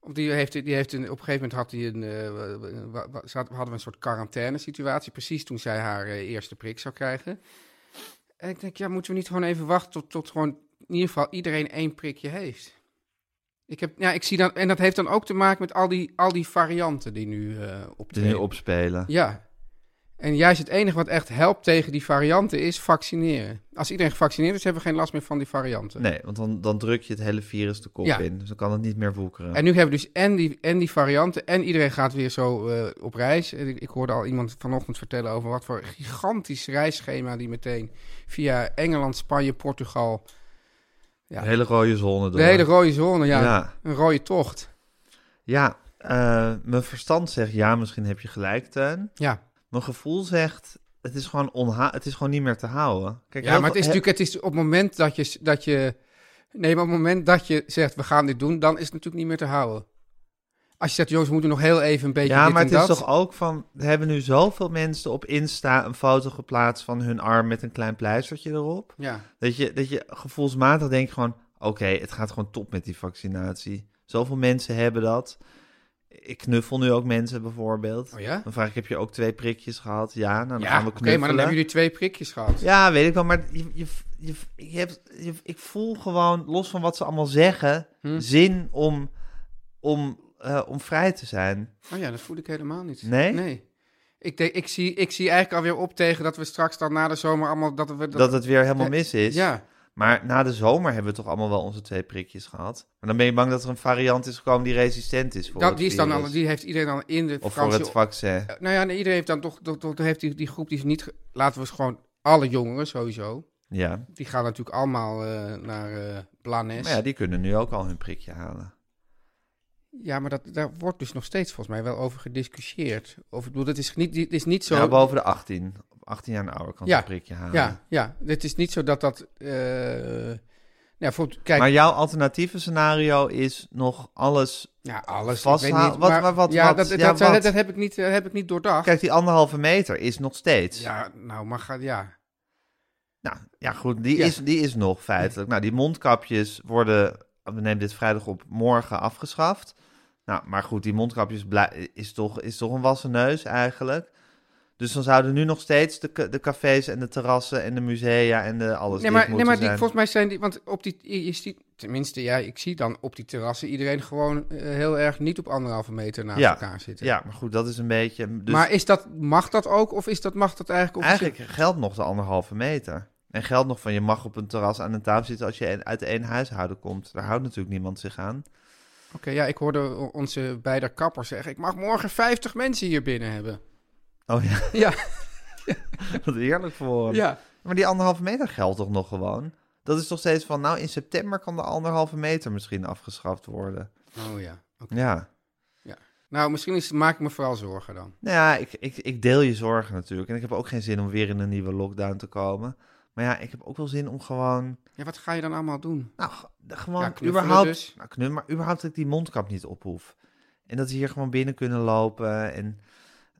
Speaker 2: Op Die heeft, die heeft een, op een gegeven moment had die een, eh, wa- wa- ze had- hadden we een soort quarantaine situatie. Precies toen zij haar eh, eerste prik zou krijgen. En ik denk, ja, moeten we niet gewoon even wachten tot, tot gewoon in ieder geval iedereen één prikje heeft. Ik heb, ja, ik zie dan, en dat heeft dan ook te maken met al die, al die varianten die nu eh
Speaker 1: Er nu
Speaker 2: optreden.
Speaker 1: opspelen.
Speaker 2: Ja. En juist het enige wat echt helpt tegen die varianten is vaccineren. Als iedereen gevaccineerd is, hebben we geen last meer van die varianten.
Speaker 1: Nee, want dan, dan druk je het hele virus de kop
Speaker 2: Ja.
Speaker 1: in. Dus dan kan het niet meer woekeren.
Speaker 2: En nu hebben we dus en die, en die varianten en iedereen gaat weer zo eh, op reis. En ik, ik hoorde al iemand vanochtend vertellen over wat voor gigantisch reisschema die meteen via Engeland, Spanje, Portugal. ja.
Speaker 1: De hele rode zone door.
Speaker 2: De hele rode zone, ja.
Speaker 1: Ja,
Speaker 2: Een rode tocht.
Speaker 1: ja eh, mijn verstand zegt ja, misschien heb je gelijk, Teun.
Speaker 2: Ja,
Speaker 1: Mijn gevoel zegt, het is gewoon, onha het is gewoon niet meer te houden. Kijk,
Speaker 2: ja
Speaker 1: heel
Speaker 2: maar het is
Speaker 1: veel-
Speaker 2: natuurlijk het is op het moment dat je, s- dat je... Nee, maar op het moment dat je zegt, we gaan dit doen, dan is het natuurlijk niet meer te houden. Als je zegt, jongens, we moeten nog heel even een beetje
Speaker 1: Ja,
Speaker 2: dit
Speaker 1: maar
Speaker 2: en
Speaker 1: het is
Speaker 2: dat.
Speaker 1: toch ook van... Er hebben nu zoveel mensen op Insta een foto geplaatst van hun arm met een klein pleistertje erop.
Speaker 2: Ja.
Speaker 1: Dat je, dat je gevoelsmatig denkt gewoon... Oké, het gaat gewoon top met die vaccinatie. Zoveel mensen hebben dat. Ik knuffel nu ook mensen bijvoorbeeld.
Speaker 2: Oh ja?
Speaker 1: Dan vraag ik, heb je ook twee prikjes gehad? Ja, nou, dan
Speaker 2: Ja,
Speaker 1: gaan
Speaker 2: oké,
Speaker 1: we knuffelen.
Speaker 2: maar dan hebben jullie twee prikjes gehad.
Speaker 1: Ja, weet ik wel, maar je, je, je, je hebt, je- ik voel gewoon, los van wat ze allemaal zeggen,
Speaker 2: Hm.
Speaker 1: zin om, om, eh, om vrij te zijn.
Speaker 2: Oh ja, dat voel ik helemaal niet.
Speaker 1: Nee?
Speaker 2: Nee. Ik, denk, ik, zie, ik zie eigenlijk alweer op tegen dat we straks dan na de zomer allemaal... Dat we,
Speaker 1: Dat het weer helemaal mis is.
Speaker 2: Ja.
Speaker 1: Maar na de zomer hebben we toch allemaal wel onze twee prikjes gehad. Maar dan ben je bang dat er een variant is gekomen die resistent is voor
Speaker 2: Dat,
Speaker 1: het
Speaker 2: die, is dan
Speaker 1: virus.
Speaker 2: al, die heeft iedereen dan in de
Speaker 1: Of voor
Speaker 2: vakantie...
Speaker 1: het vaccin.
Speaker 2: Nou ja, nee, iedereen heeft dan toch... toch, toch heeft die, die groep die is niet... ge- Laten we eens gewoon alle jongeren sowieso...
Speaker 1: Ja.
Speaker 2: Die gaan natuurlijk allemaal eh, naar eh Blanes.
Speaker 1: Maar ja, die kunnen nu ook al hun prikje halen.
Speaker 2: Ja, maar dat, daar wordt dus nog steeds volgens mij wel over gediscussieerd. Of, ik bedoel, het is niet, het is niet zo...
Speaker 1: Ja, boven de 18. Op 18 jaar en ouder kan ze
Speaker 2: Ja.
Speaker 1: een prikje halen.
Speaker 2: ja, ja, het is niet zo dat dat... eh, nou, voor, kijk,
Speaker 1: Maar jouw alternatieve scenario is nog alles...
Speaker 2: ja, alles, ik
Speaker 1: vasthouden-
Speaker 2: weet niet.
Speaker 1: wat-
Speaker 2: maar-
Speaker 1: maar wat-
Speaker 2: ja,
Speaker 1: wat-
Speaker 2: dat,
Speaker 1: ja,
Speaker 2: dat,
Speaker 1: wat?
Speaker 2: dat, dat heb ik niet, eh, heb ik niet doordacht.
Speaker 1: Kijk, die anderhalve meter is nog steeds.
Speaker 2: ja, nou, maar ga, ja.
Speaker 1: Nou, ja goed, die,
Speaker 2: Ja.
Speaker 1: Is, die is nog feitelijk. Nou, die mondkapjes worden, we nemen dit vrijdag op, morgen afgeschaft. Nou, maar goed, die mondkapjes blij- is toch, is toch een wassen neus eigenlijk. Dus dan zouden nu nog steeds de, ca- de cafés en de terrassen en de musea en de alles
Speaker 2: Nee,
Speaker 1: dicht
Speaker 2: maar, nee,
Speaker 1: moeten
Speaker 2: maar die,
Speaker 1: zijn.
Speaker 2: volgens mij zijn die... Want op die, je, je ziet, tenminste, ja, ik zie dan op die terrassen iedereen gewoon eh, heel erg niet op anderhalve meter naast
Speaker 1: Ja,
Speaker 2: elkaar zitten.
Speaker 1: Ja, maar goed, dat is een beetje... Dus
Speaker 2: maar is dat, mag dat ook of is dat, mag dat eigenlijk... officieel?
Speaker 1: eigenlijk geldt nog de anderhalve meter. En geldt nog van je mag op een terras aan een tafel zitten als je een- uit één huishouden komt. Daar houdt natuurlijk niemand zich aan.
Speaker 2: Oké, ja, ik hoorde o- onze beide kappers zeggen... ik mag morgen 50 mensen hier binnen hebben.
Speaker 1: Oh ja,
Speaker 2: Ja,
Speaker 1: wat heerlijk voor hem.
Speaker 2: ja.
Speaker 1: Maar die anderhalve meter geldt toch nog gewoon? Dat is toch steeds van, nou in september kan de anderhalve meter misschien afgeschaft worden.
Speaker 2: Oh ja. oké.
Speaker 1: Ja.
Speaker 2: Nou, misschien is, maak ik me vooral zorgen dan.
Speaker 1: Nou ja, ik, ik, ik deel je zorgen natuurlijk. En ik heb ook geen zin om weer in een nieuwe lockdown te komen. Maar ja, ik heb ook wel zin om gewoon,
Speaker 2: Ja, wat ga je dan allemaal doen?
Speaker 1: nou, g- de- gewoon
Speaker 2: Ja, knuffelen
Speaker 1: überhaupt,
Speaker 2: dus.
Speaker 1: nou, knu- maar überhaupt dat ik die mondkap niet op hoef. En dat ze hier gewoon binnen kunnen lopen en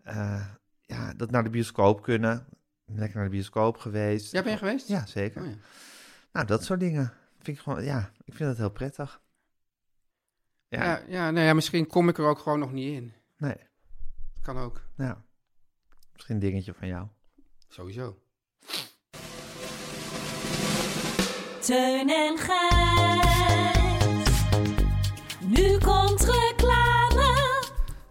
Speaker 1: eh, ja, dat naar de bioscoop kunnen. Lekker naar de bioscoop geweest.
Speaker 2: Jij bent geweest?
Speaker 1: Ja, zeker.
Speaker 2: Oh ja.
Speaker 1: Nou, dat soort dingen. Vind ik gewoon, ja, ik vind dat heel prettig. Ja,
Speaker 2: Ja, ja, nou ja, misschien kom ik er ook gewoon nog niet in.
Speaker 1: nee,
Speaker 2: Kan ook,
Speaker 1: nou, misschien een dingetje van jou.
Speaker 2: sowieso.
Speaker 4: Teun en Gijs. Nu komt reclame.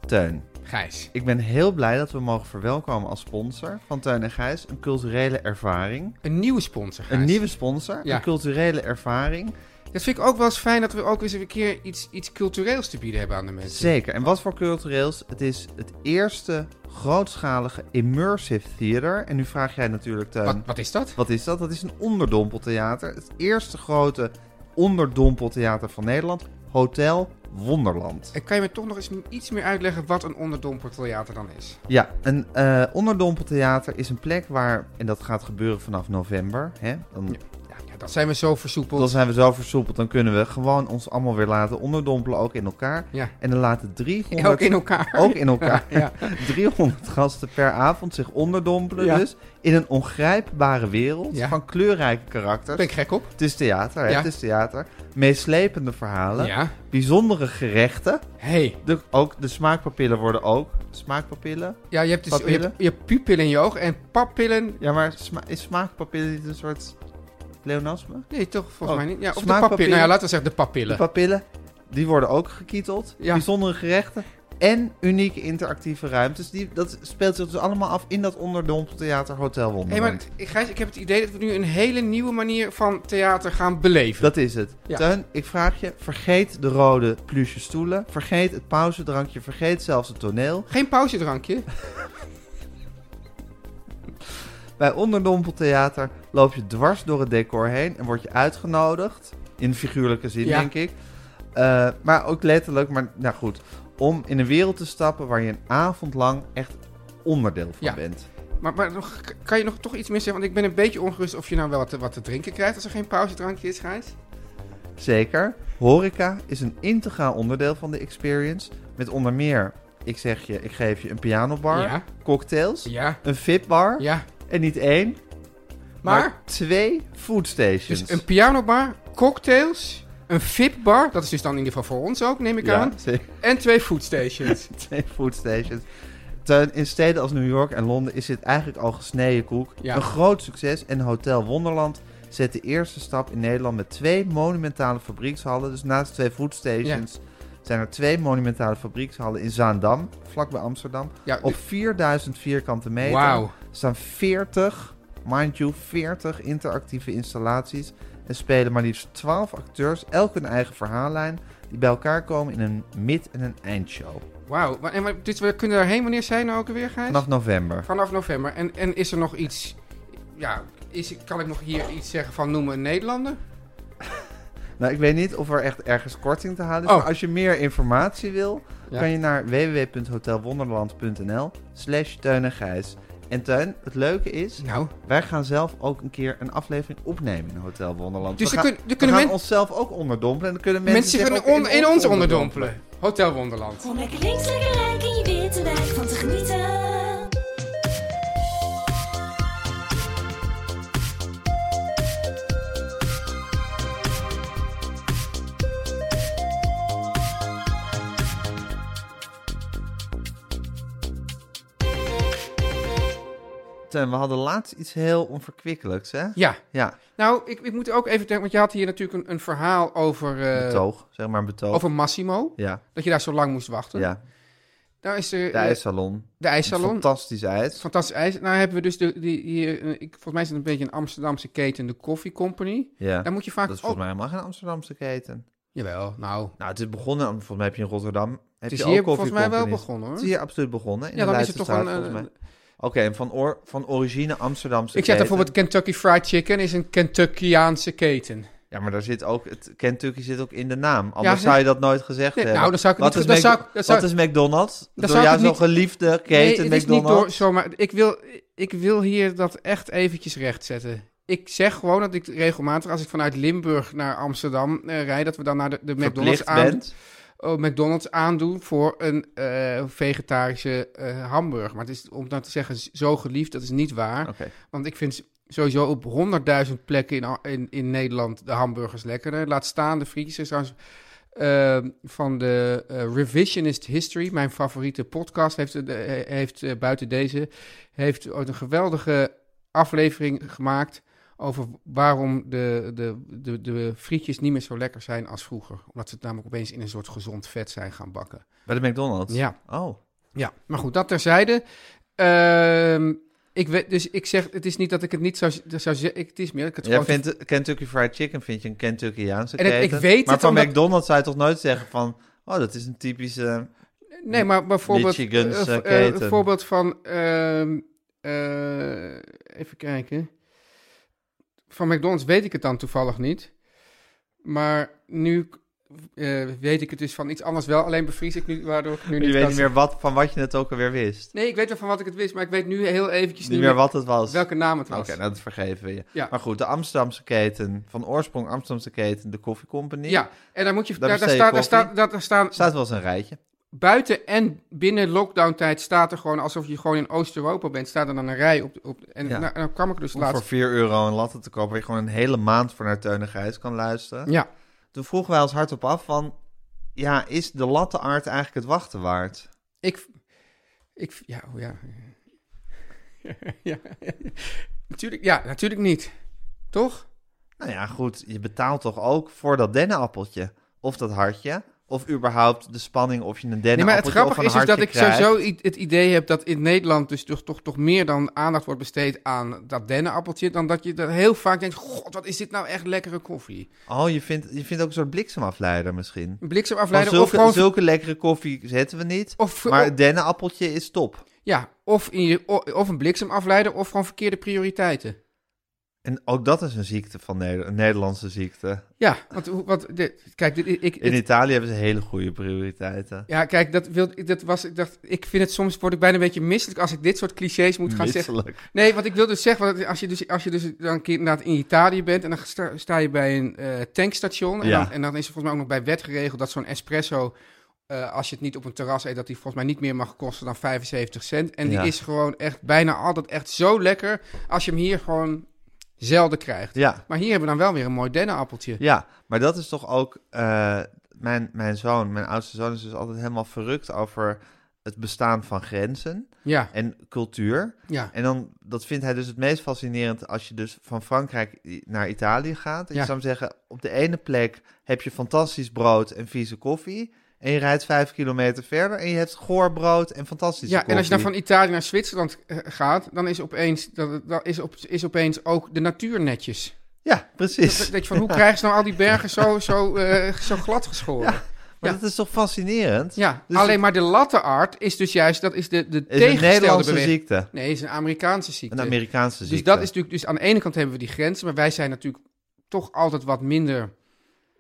Speaker 1: Teun,
Speaker 2: Gijs.
Speaker 1: ik ben heel blij dat we mogen verwelkomen als sponsor van Teun en Gijs. Een culturele ervaring.
Speaker 2: Een nieuwe sponsor, Gijs.
Speaker 1: Een nieuwe sponsor,
Speaker 2: Ja.
Speaker 1: een culturele ervaring.
Speaker 2: Dat vind ik ook wel eens fijn dat we ook eens een keer iets, iets cultureels te bieden hebben aan de mensen.
Speaker 1: Zeker. En wat voor cultureels? Het is het eerste grootschalige immersive theater. En nu vraag jij natuurlijk, Teun,
Speaker 2: Wat, wat is dat?
Speaker 1: wat is dat? Dat is een onderdompeltheater. Het eerste grote onderdompeltheater van Nederland. Hotel Wonderland.
Speaker 2: En kan je me toch nog eens iets meer uitleggen wat een onderdompertheater dan is?
Speaker 1: Ja, een eh, onderdompeltheater is een plek waar, en dat gaat gebeuren vanaf november, hè? Dan,
Speaker 2: Ja, dat zijn we zo versoepeld.
Speaker 1: dan zijn we zo versoepeld, dan kunnen we gewoon ons allemaal weer laten onderdompelen, ook in elkaar.
Speaker 2: Ja.
Speaker 1: En dan laten 300...
Speaker 2: Ook in elkaar.
Speaker 1: ook in elkaar.
Speaker 2: Ja.
Speaker 1: 300 gasten per avond zich onderdompelen
Speaker 2: Ja.
Speaker 1: dus in een ongrijpbare wereld
Speaker 2: Ja.
Speaker 1: van kleurrijke
Speaker 2: Daar
Speaker 1: karakters.
Speaker 2: ben ik gek op.
Speaker 1: Het is theater, hè?
Speaker 2: Ja.
Speaker 1: het is theater. Meeslepende verhalen,
Speaker 2: Ja.
Speaker 1: bijzondere gerechten.
Speaker 2: Hey.
Speaker 1: De, ook de smaakpapillen worden ook... Smaakpapillen?
Speaker 2: Ja, je hebt, dus, je,
Speaker 1: Papillen?
Speaker 2: hebt, je hebt pupillen in je ogen en pappillen...
Speaker 1: Ja, maar sma- is smaakpapillen niet een soort pleonasme?
Speaker 2: Nee, toch? Volgens
Speaker 1: Oh,
Speaker 2: mij niet. Ja, of de
Speaker 1: smaakpapillen.
Speaker 2: papillen. Nou ja, laten we zeggen de papillen.
Speaker 1: De papillen, die worden ook gekieteld.
Speaker 2: Ja.
Speaker 1: Bijzondere gerechten. En unieke interactieve ruimtes. Die, dat speelt zich dus allemaal af in dat onderdompeltheater Hotel
Speaker 2: Hé, maar
Speaker 1: Wonderland.
Speaker 2: t- Gijs, ik heb het idee dat we nu een hele nieuwe manier van theater gaan beleven.
Speaker 1: Dat is het.
Speaker 2: Ja.
Speaker 1: Teun, ik vraag je, vergeet de rode pluche stoelen. Vergeet het pauzedrankje. Vergeet zelfs het toneel.
Speaker 2: Geen pauzedrankje.
Speaker 1: Bij onderdompeltheater loop je dwars door het decor heen en word je uitgenodigd. In figuurlijke zin,
Speaker 2: Ja.
Speaker 1: denk ik. Eh, maar ook letterlijk, maar nou goed. Om in een wereld te stappen waar je een avond lang echt onderdeel van
Speaker 2: Ja.
Speaker 1: bent.
Speaker 2: Maar, maar nog, k- kan je nog toch iets meer zeggen? Want ik ben een beetje ongerust of je nou wel wat te, wat te drinken krijgt als er geen pauzedrankje is, Gijs.
Speaker 1: Zeker. Horeca is een integraal onderdeel van de experience. Met onder meer, ik zeg je, ik geef je een pianobar,
Speaker 2: Ja.
Speaker 1: cocktails,
Speaker 2: Ja.
Speaker 1: een fitbar.
Speaker 2: Ja.
Speaker 1: En niet één, maar,
Speaker 2: Maar,
Speaker 1: twee foodstations.
Speaker 2: dus een pianobar, cocktails, een VIP-bar, dat is dus dan in ieder geval voor ons ook, neem ik
Speaker 1: ja,
Speaker 2: aan.
Speaker 1: zeker.
Speaker 2: En twee foodstations.
Speaker 1: Twee foodstations. Teun, in steden als New York en Londen is dit eigenlijk al gesneden koek.
Speaker 2: Ja.
Speaker 1: Een groot succes en Hotel Wonderland zet de eerste stap in Nederland met twee monumentale fabriekshallen. Dus naast twee foodstations zijn er twee monumentale fabriekshallen in Zaandam, vlakbij Amsterdam.
Speaker 2: Ja,
Speaker 1: Op 4000 vierkante meter
Speaker 2: Wauw.
Speaker 1: staan 40, mind you, 40 interactieve installaties. En spelen maar liefst 12 acteurs, elk een eigen verhaallijn, die bij elkaar komen in een mid- en een eindshow.
Speaker 2: Wauw. Wa- En wa- dus we kunnen daarheen wanneer zijn nou ook alweer, Gijs?
Speaker 1: Vanaf november.
Speaker 2: Vanaf november. En, en is er nog iets... Ja, is, kan ik nog hier iets zeggen van noemen een Nederlander?
Speaker 1: Nou, ik weet niet of er echt ergens korting te halen is.
Speaker 2: Oh.
Speaker 1: Maar als je meer informatie wil,
Speaker 2: Ja.
Speaker 1: kan je naar www.hotelwonderland.nl slash Teun en Gijs. En Teun, het leuke is,
Speaker 2: Nou,
Speaker 1: wij gaan zelf ook een keer een aflevering opnemen in Hotel Wonderland.
Speaker 2: Dus
Speaker 1: we
Speaker 2: er
Speaker 1: gaan,
Speaker 2: kun- er kunnen
Speaker 1: we gaan
Speaker 2: men-
Speaker 1: onszelf ook onderdompelen. En dan kunnen mensen,
Speaker 2: mensen
Speaker 1: zich
Speaker 2: kunnen
Speaker 1: ook
Speaker 2: on- in ons onderdompelen. Hotel Wonderland.
Speaker 4: Om lekker links, lekker rijk in je witte wijk van te genieten.
Speaker 1: Teun, we hadden laatst iets heel onverkwikkelijks, hè?
Speaker 2: Ja.
Speaker 1: Ja,
Speaker 2: Nou, ik, ik moet ook even denken, want je had hier natuurlijk een, een verhaal over, eh,
Speaker 1: betoog. Zeg maar een betoog.
Speaker 2: over Massimo.
Speaker 1: Ja,
Speaker 2: Dat je daar zo lang moest wachten.
Speaker 1: ja.
Speaker 2: Daar is er,
Speaker 1: De
Speaker 2: eh,
Speaker 1: ijssalon.
Speaker 2: de ijssalon.
Speaker 1: Fantastisch ijs.
Speaker 2: Fantastisch ijs. Nou hebben we dus de, die, hier, eh, ik, volgens mij is het een beetje een Amsterdamse keten, de Coffee Company.
Speaker 1: Ja.
Speaker 2: Daar moet je vaak...
Speaker 1: Dat is
Speaker 2: ook-
Speaker 1: volgens mij helemaal geen Amsterdamse keten.
Speaker 2: Jawel, nou.
Speaker 1: Nou, het is begonnen, volgens mij heb je in Rotterdam. Heb
Speaker 2: Het
Speaker 1: je
Speaker 2: is
Speaker 1: ook
Speaker 2: hier
Speaker 1: koffie
Speaker 2: volgens mij wel
Speaker 1: companies.
Speaker 2: begonnen
Speaker 1: Het
Speaker 2: hoor.
Speaker 1: is hier absoluut begonnen. In
Speaker 2: Ja,
Speaker 1: de
Speaker 2: dan is het toch
Speaker 1: Leidsestraat,
Speaker 2: een...
Speaker 1: volgens
Speaker 2: eh,
Speaker 1: mij. Oké, en van, or- van origine Amsterdamse
Speaker 2: Ik zeg
Speaker 1: keten.
Speaker 2: bijvoorbeeld Kentucky Fried Chicken is een Kentuckiaanse keten.
Speaker 1: Ja, maar daar zit ook... Het Kentucky zit ook in de naam. Anders
Speaker 2: Ja,
Speaker 1: zou je dat nooit gezegd
Speaker 2: Nee,
Speaker 1: hebben.
Speaker 2: nou, dan zou ik het
Speaker 1: wat
Speaker 2: niet-
Speaker 1: Is
Speaker 2: dan
Speaker 1: Mc-
Speaker 2: zou ik- dan zou
Speaker 1: wat is McDonald's?
Speaker 2: dan
Speaker 1: Door
Speaker 2: zou ik
Speaker 1: jou
Speaker 2: het
Speaker 1: zo'n
Speaker 2: niet-
Speaker 1: geliefde keten
Speaker 2: het is niet door
Speaker 1: McDonald's?
Speaker 2: zomaar. Ik wil, ik wil hier dat echt eventjes rechtzetten. Ik zeg gewoon dat ik regelmatig, als ik vanuit Limburg naar Amsterdam eh, rijd, dat we dan naar de, de McDonald's,
Speaker 1: Verplicht
Speaker 2: aan,
Speaker 1: bent.
Speaker 2: oh, McDonald's aandoen voor een eh, vegetarische eh, hamburger. Maar het is om nou te zeggen, z- zo geliefd, dat is niet waar.
Speaker 1: Oké.
Speaker 2: Want ik vind sowieso op honderdduizend plekken in, A- in, in Nederland de hamburgers lekkerder. Laat staan de frietjes. Er is trouwens, ehm, van de eh, Revisionist History, mijn favoriete podcast, heeft, eh, de- eh, heeft eh, buiten deze, heeft ooit een geweldige aflevering gemaakt over waarom de, de, de, de frietjes niet meer zo lekker zijn als vroeger. Omdat ze het namelijk opeens in een soort gezond vet zijn gaan bakken.
Speaker 1: Bij de McDonald's?
Speaker 2: Ja,
Speaker 1: Oh.
Speaker 2: ja. maar goed, dat terzijde. Ehm, ik weet, dus ik zeg, het is niet dat ik het niet zou, zou zeggen. Het is meer dat ik het
Speaker 1: Jij
Speaker 2: gewoon te-
Speaker 1: vindt de Kentucky Fried Chicken vind je een Kentuckiaanse
Speaker 2: En het-
Speaker 1: keten.
Speaker 2: ik weet
Speaker 1: maar
Speaker 2: het
Speaker 1: van
Speaker 2: omdat-
Speaker 1: McDonald's zou je toch nooit zeggen van... Oh, dat is een typische...
Speaker 2: Nee, maar bijvoorbeeld...
Speaker 1: Michigan's,
Speaker 2: eh,
Speaker 1: eh,
Speaker 2: v- eh,
Speaker 1: keten.
Speaker 2: Een voorbeeld van... ehm, eh, even kijken. Van McDonald's weet ik het dan toevallig niet. Maar nu eh, weet ik het dus van iets anders wel. Alleen bevries ik nu, waardoor ik nu niet
Speaker 1: Je weet
Speaker 2: kan
Speaker 1: niet meer wat, van wat je het ook alweer wist.
Speaker 2: Nee, ik weet wel van wat ik het wist, maar ik weet nu heel eventjes
Speaker 1: Niet meer wat het was.
Speaker 2: welke naam het
Speaker 1: Oké,
Speaker 2: was.
Speaker 1: nou, dat vergeven we je.
Speaker 2: Ja.
Speaker 1: Maar goed, de Amsterdamse keten, van oorsprong Amsterdamse keten, de Coffee Company.
Speaker 2: Ja, en daar moet je...
Speaker 1: Daar
Speaker 2: Daar, daar,
Speaker 1: bestel je
Speaker 2: staat, daar,
Speaker 1: koffie.
Speaker 2: staat, daar, daar staan...
Speaker 1: Staat wel eens een rijtje.
Speaker 2: Buiten en binnen lockdown-tijd staat er gewoon... alsof je gewoon in Oost-Europa bent, staat er dan een rij op... op en,
Speaker 1: Ja.
Speaker 2: nou, en dan kwam ik er dus
Speaker 1: Om voor
Speaker 2: laatst...
Speaker 1: 4 euro een latte te kopen, waar je gewoon een hele maand voor naar Teun en Gijs kan luisteren.
Speaker 2: Ja.
Speaker 1: Toen vroegen wij ons hardop af van... Ja, is de latte art eigenlijk het wachten waard?
Speaker 2: Ik, ik, ja, oh ja. ja, natuurlijk, ja, natuurlijk niet. Toch?
Speaker 1: Nou ja, goed, je betaalt toch ook voor dat dennenappeltje? Of dat hartje? Of überhaupt de spanning of je een
Speaker 2: Nee, maar het
Speaker 1: dennenappeltje of
Speaker 2: grappige
Speaker 1: een
Speaker 2: is
Speaker 1: hartje
Speaker 2: dus dat ik
Speaker 1: krijgt.
Speaker 2: sowieso i- het idee heb dat in Nederland dus toch, toch, toch meer dan aandacht wordt besteed aan dat dennenappeltje, dan dat je dat heel vaak denkt, god, wat is dit nou echt lekkere koffie.
Speaker 1: Oh, je vindt, je vindt ook een soort bliksemafleider misschien?
Speaker 2: Een
Speaker 1: Van
Speaker 2: bliksemafleider
Speaker 1: zulke,
Speaker 2: of gewoon...
Speaker 1: zulke lekkere koffie zetten we niet,
Speaker 2: Of-
Speaker 1: maar
Speaker 2: of-
Speaker 1: het dennenappeltje is top.
Speaker 2: Ja, of, in je, o- of een bliksemafleider of gewoon verkeerde prioriteiten.
Speaker 1: En ook dat is een ziekte van Neder- een Nederlandse ziekte.
Speaker 2: Ja, want hoe- wat, dit, kijk, dit, ik,
Speaker 1: In Italië hebben ze hele goede prioriteiten.
Speaker 2: Ja, kijk, dat, wil, dat was, ik dacht, ik vind het soms, word ik bijna een beetje misselijk als ik dit soort clichés moet gaan zeggen.
Speaker 1: Misselijk.
Speaker 2: Nee, want ik wil dus zeggen, want als je dus, als je dus dan een keer inderdaad in Italië bent en dan sta, sta je bij een eh, tankstation. En,
Speaker 1: Ja.
Speaker 2: dan, en dan is er volgens mij ook nog bij wet geregeld dat zo'n espresso, eh, als je het niet op een terras eet, dat die volgens mij niet meer mag kosten dan 75 cent. En die
Speaker 1: Ja.
Speaker 2: is gewoon echt bijna altijd echt zo lekker als je hem hier gewoon zelden krijgt.
Speaker 1: Ja,
Speaker 2: Maar hier hebben we dan wel weer een mooi dennenappeltje.
Speaker 1: ja, maar dat is toch ook... eh, mijn, mijn zoon, mijn oudste zoon, is dus altijd helemaal verrukt over het bestaan van grenzen
Speaker 2: Ja,
Speaker 1: en cultuur.
Speaker 2: ja.
Speaker 1: En dan, dat vindt hij dus het meest fascinerend als je dus van Frankrijk i- naar Italië gaat. En
Speaker 2: Ja.
Speaker 1: je zou hem zeggen, op de ene plek heb je fantastisch brood en vieze koffie. En je rijdt vijf kilometer verder en je hebt goor brood en fantastische
Speaker 2: Ja,
Speaker 1: koffie.
Speaker 2: en als je dan van Italië naar Zwitserland eh, gaat, dan is opeens, dan, dan is op, is opeens ook de natuur netjes.
Speaker 1: Ja,
Speaker 2: Dat,
Speaker 1: precies.
Speaker 2: dat je van, hoe krijgen ze nou al die bergen zo, zo, eh, zo glad geschoren? Ja,
Speaker 1: maar
Speaker 2: ja.
Speaker 1: dat is toch fascinerend? Dus
Speaker 2: alleen maar de latte art is dus juist, dat is de, de
Speaker 1: het is een
Speaker 2: tegengestelde
Speaker 1: Nederlandse
Speaker 2: beweging.
Speaker 1: ziekte.
Speaker 2: Nee, is een Amerikaanse ziekte.
Speaker 1: Een Amerikaanse ziekte.
Speaker 2: dus dat is natuurlijk, dus aan de ene kant hebben we die grenzen, maar wij zijn natuurlijk toch altijd wat minder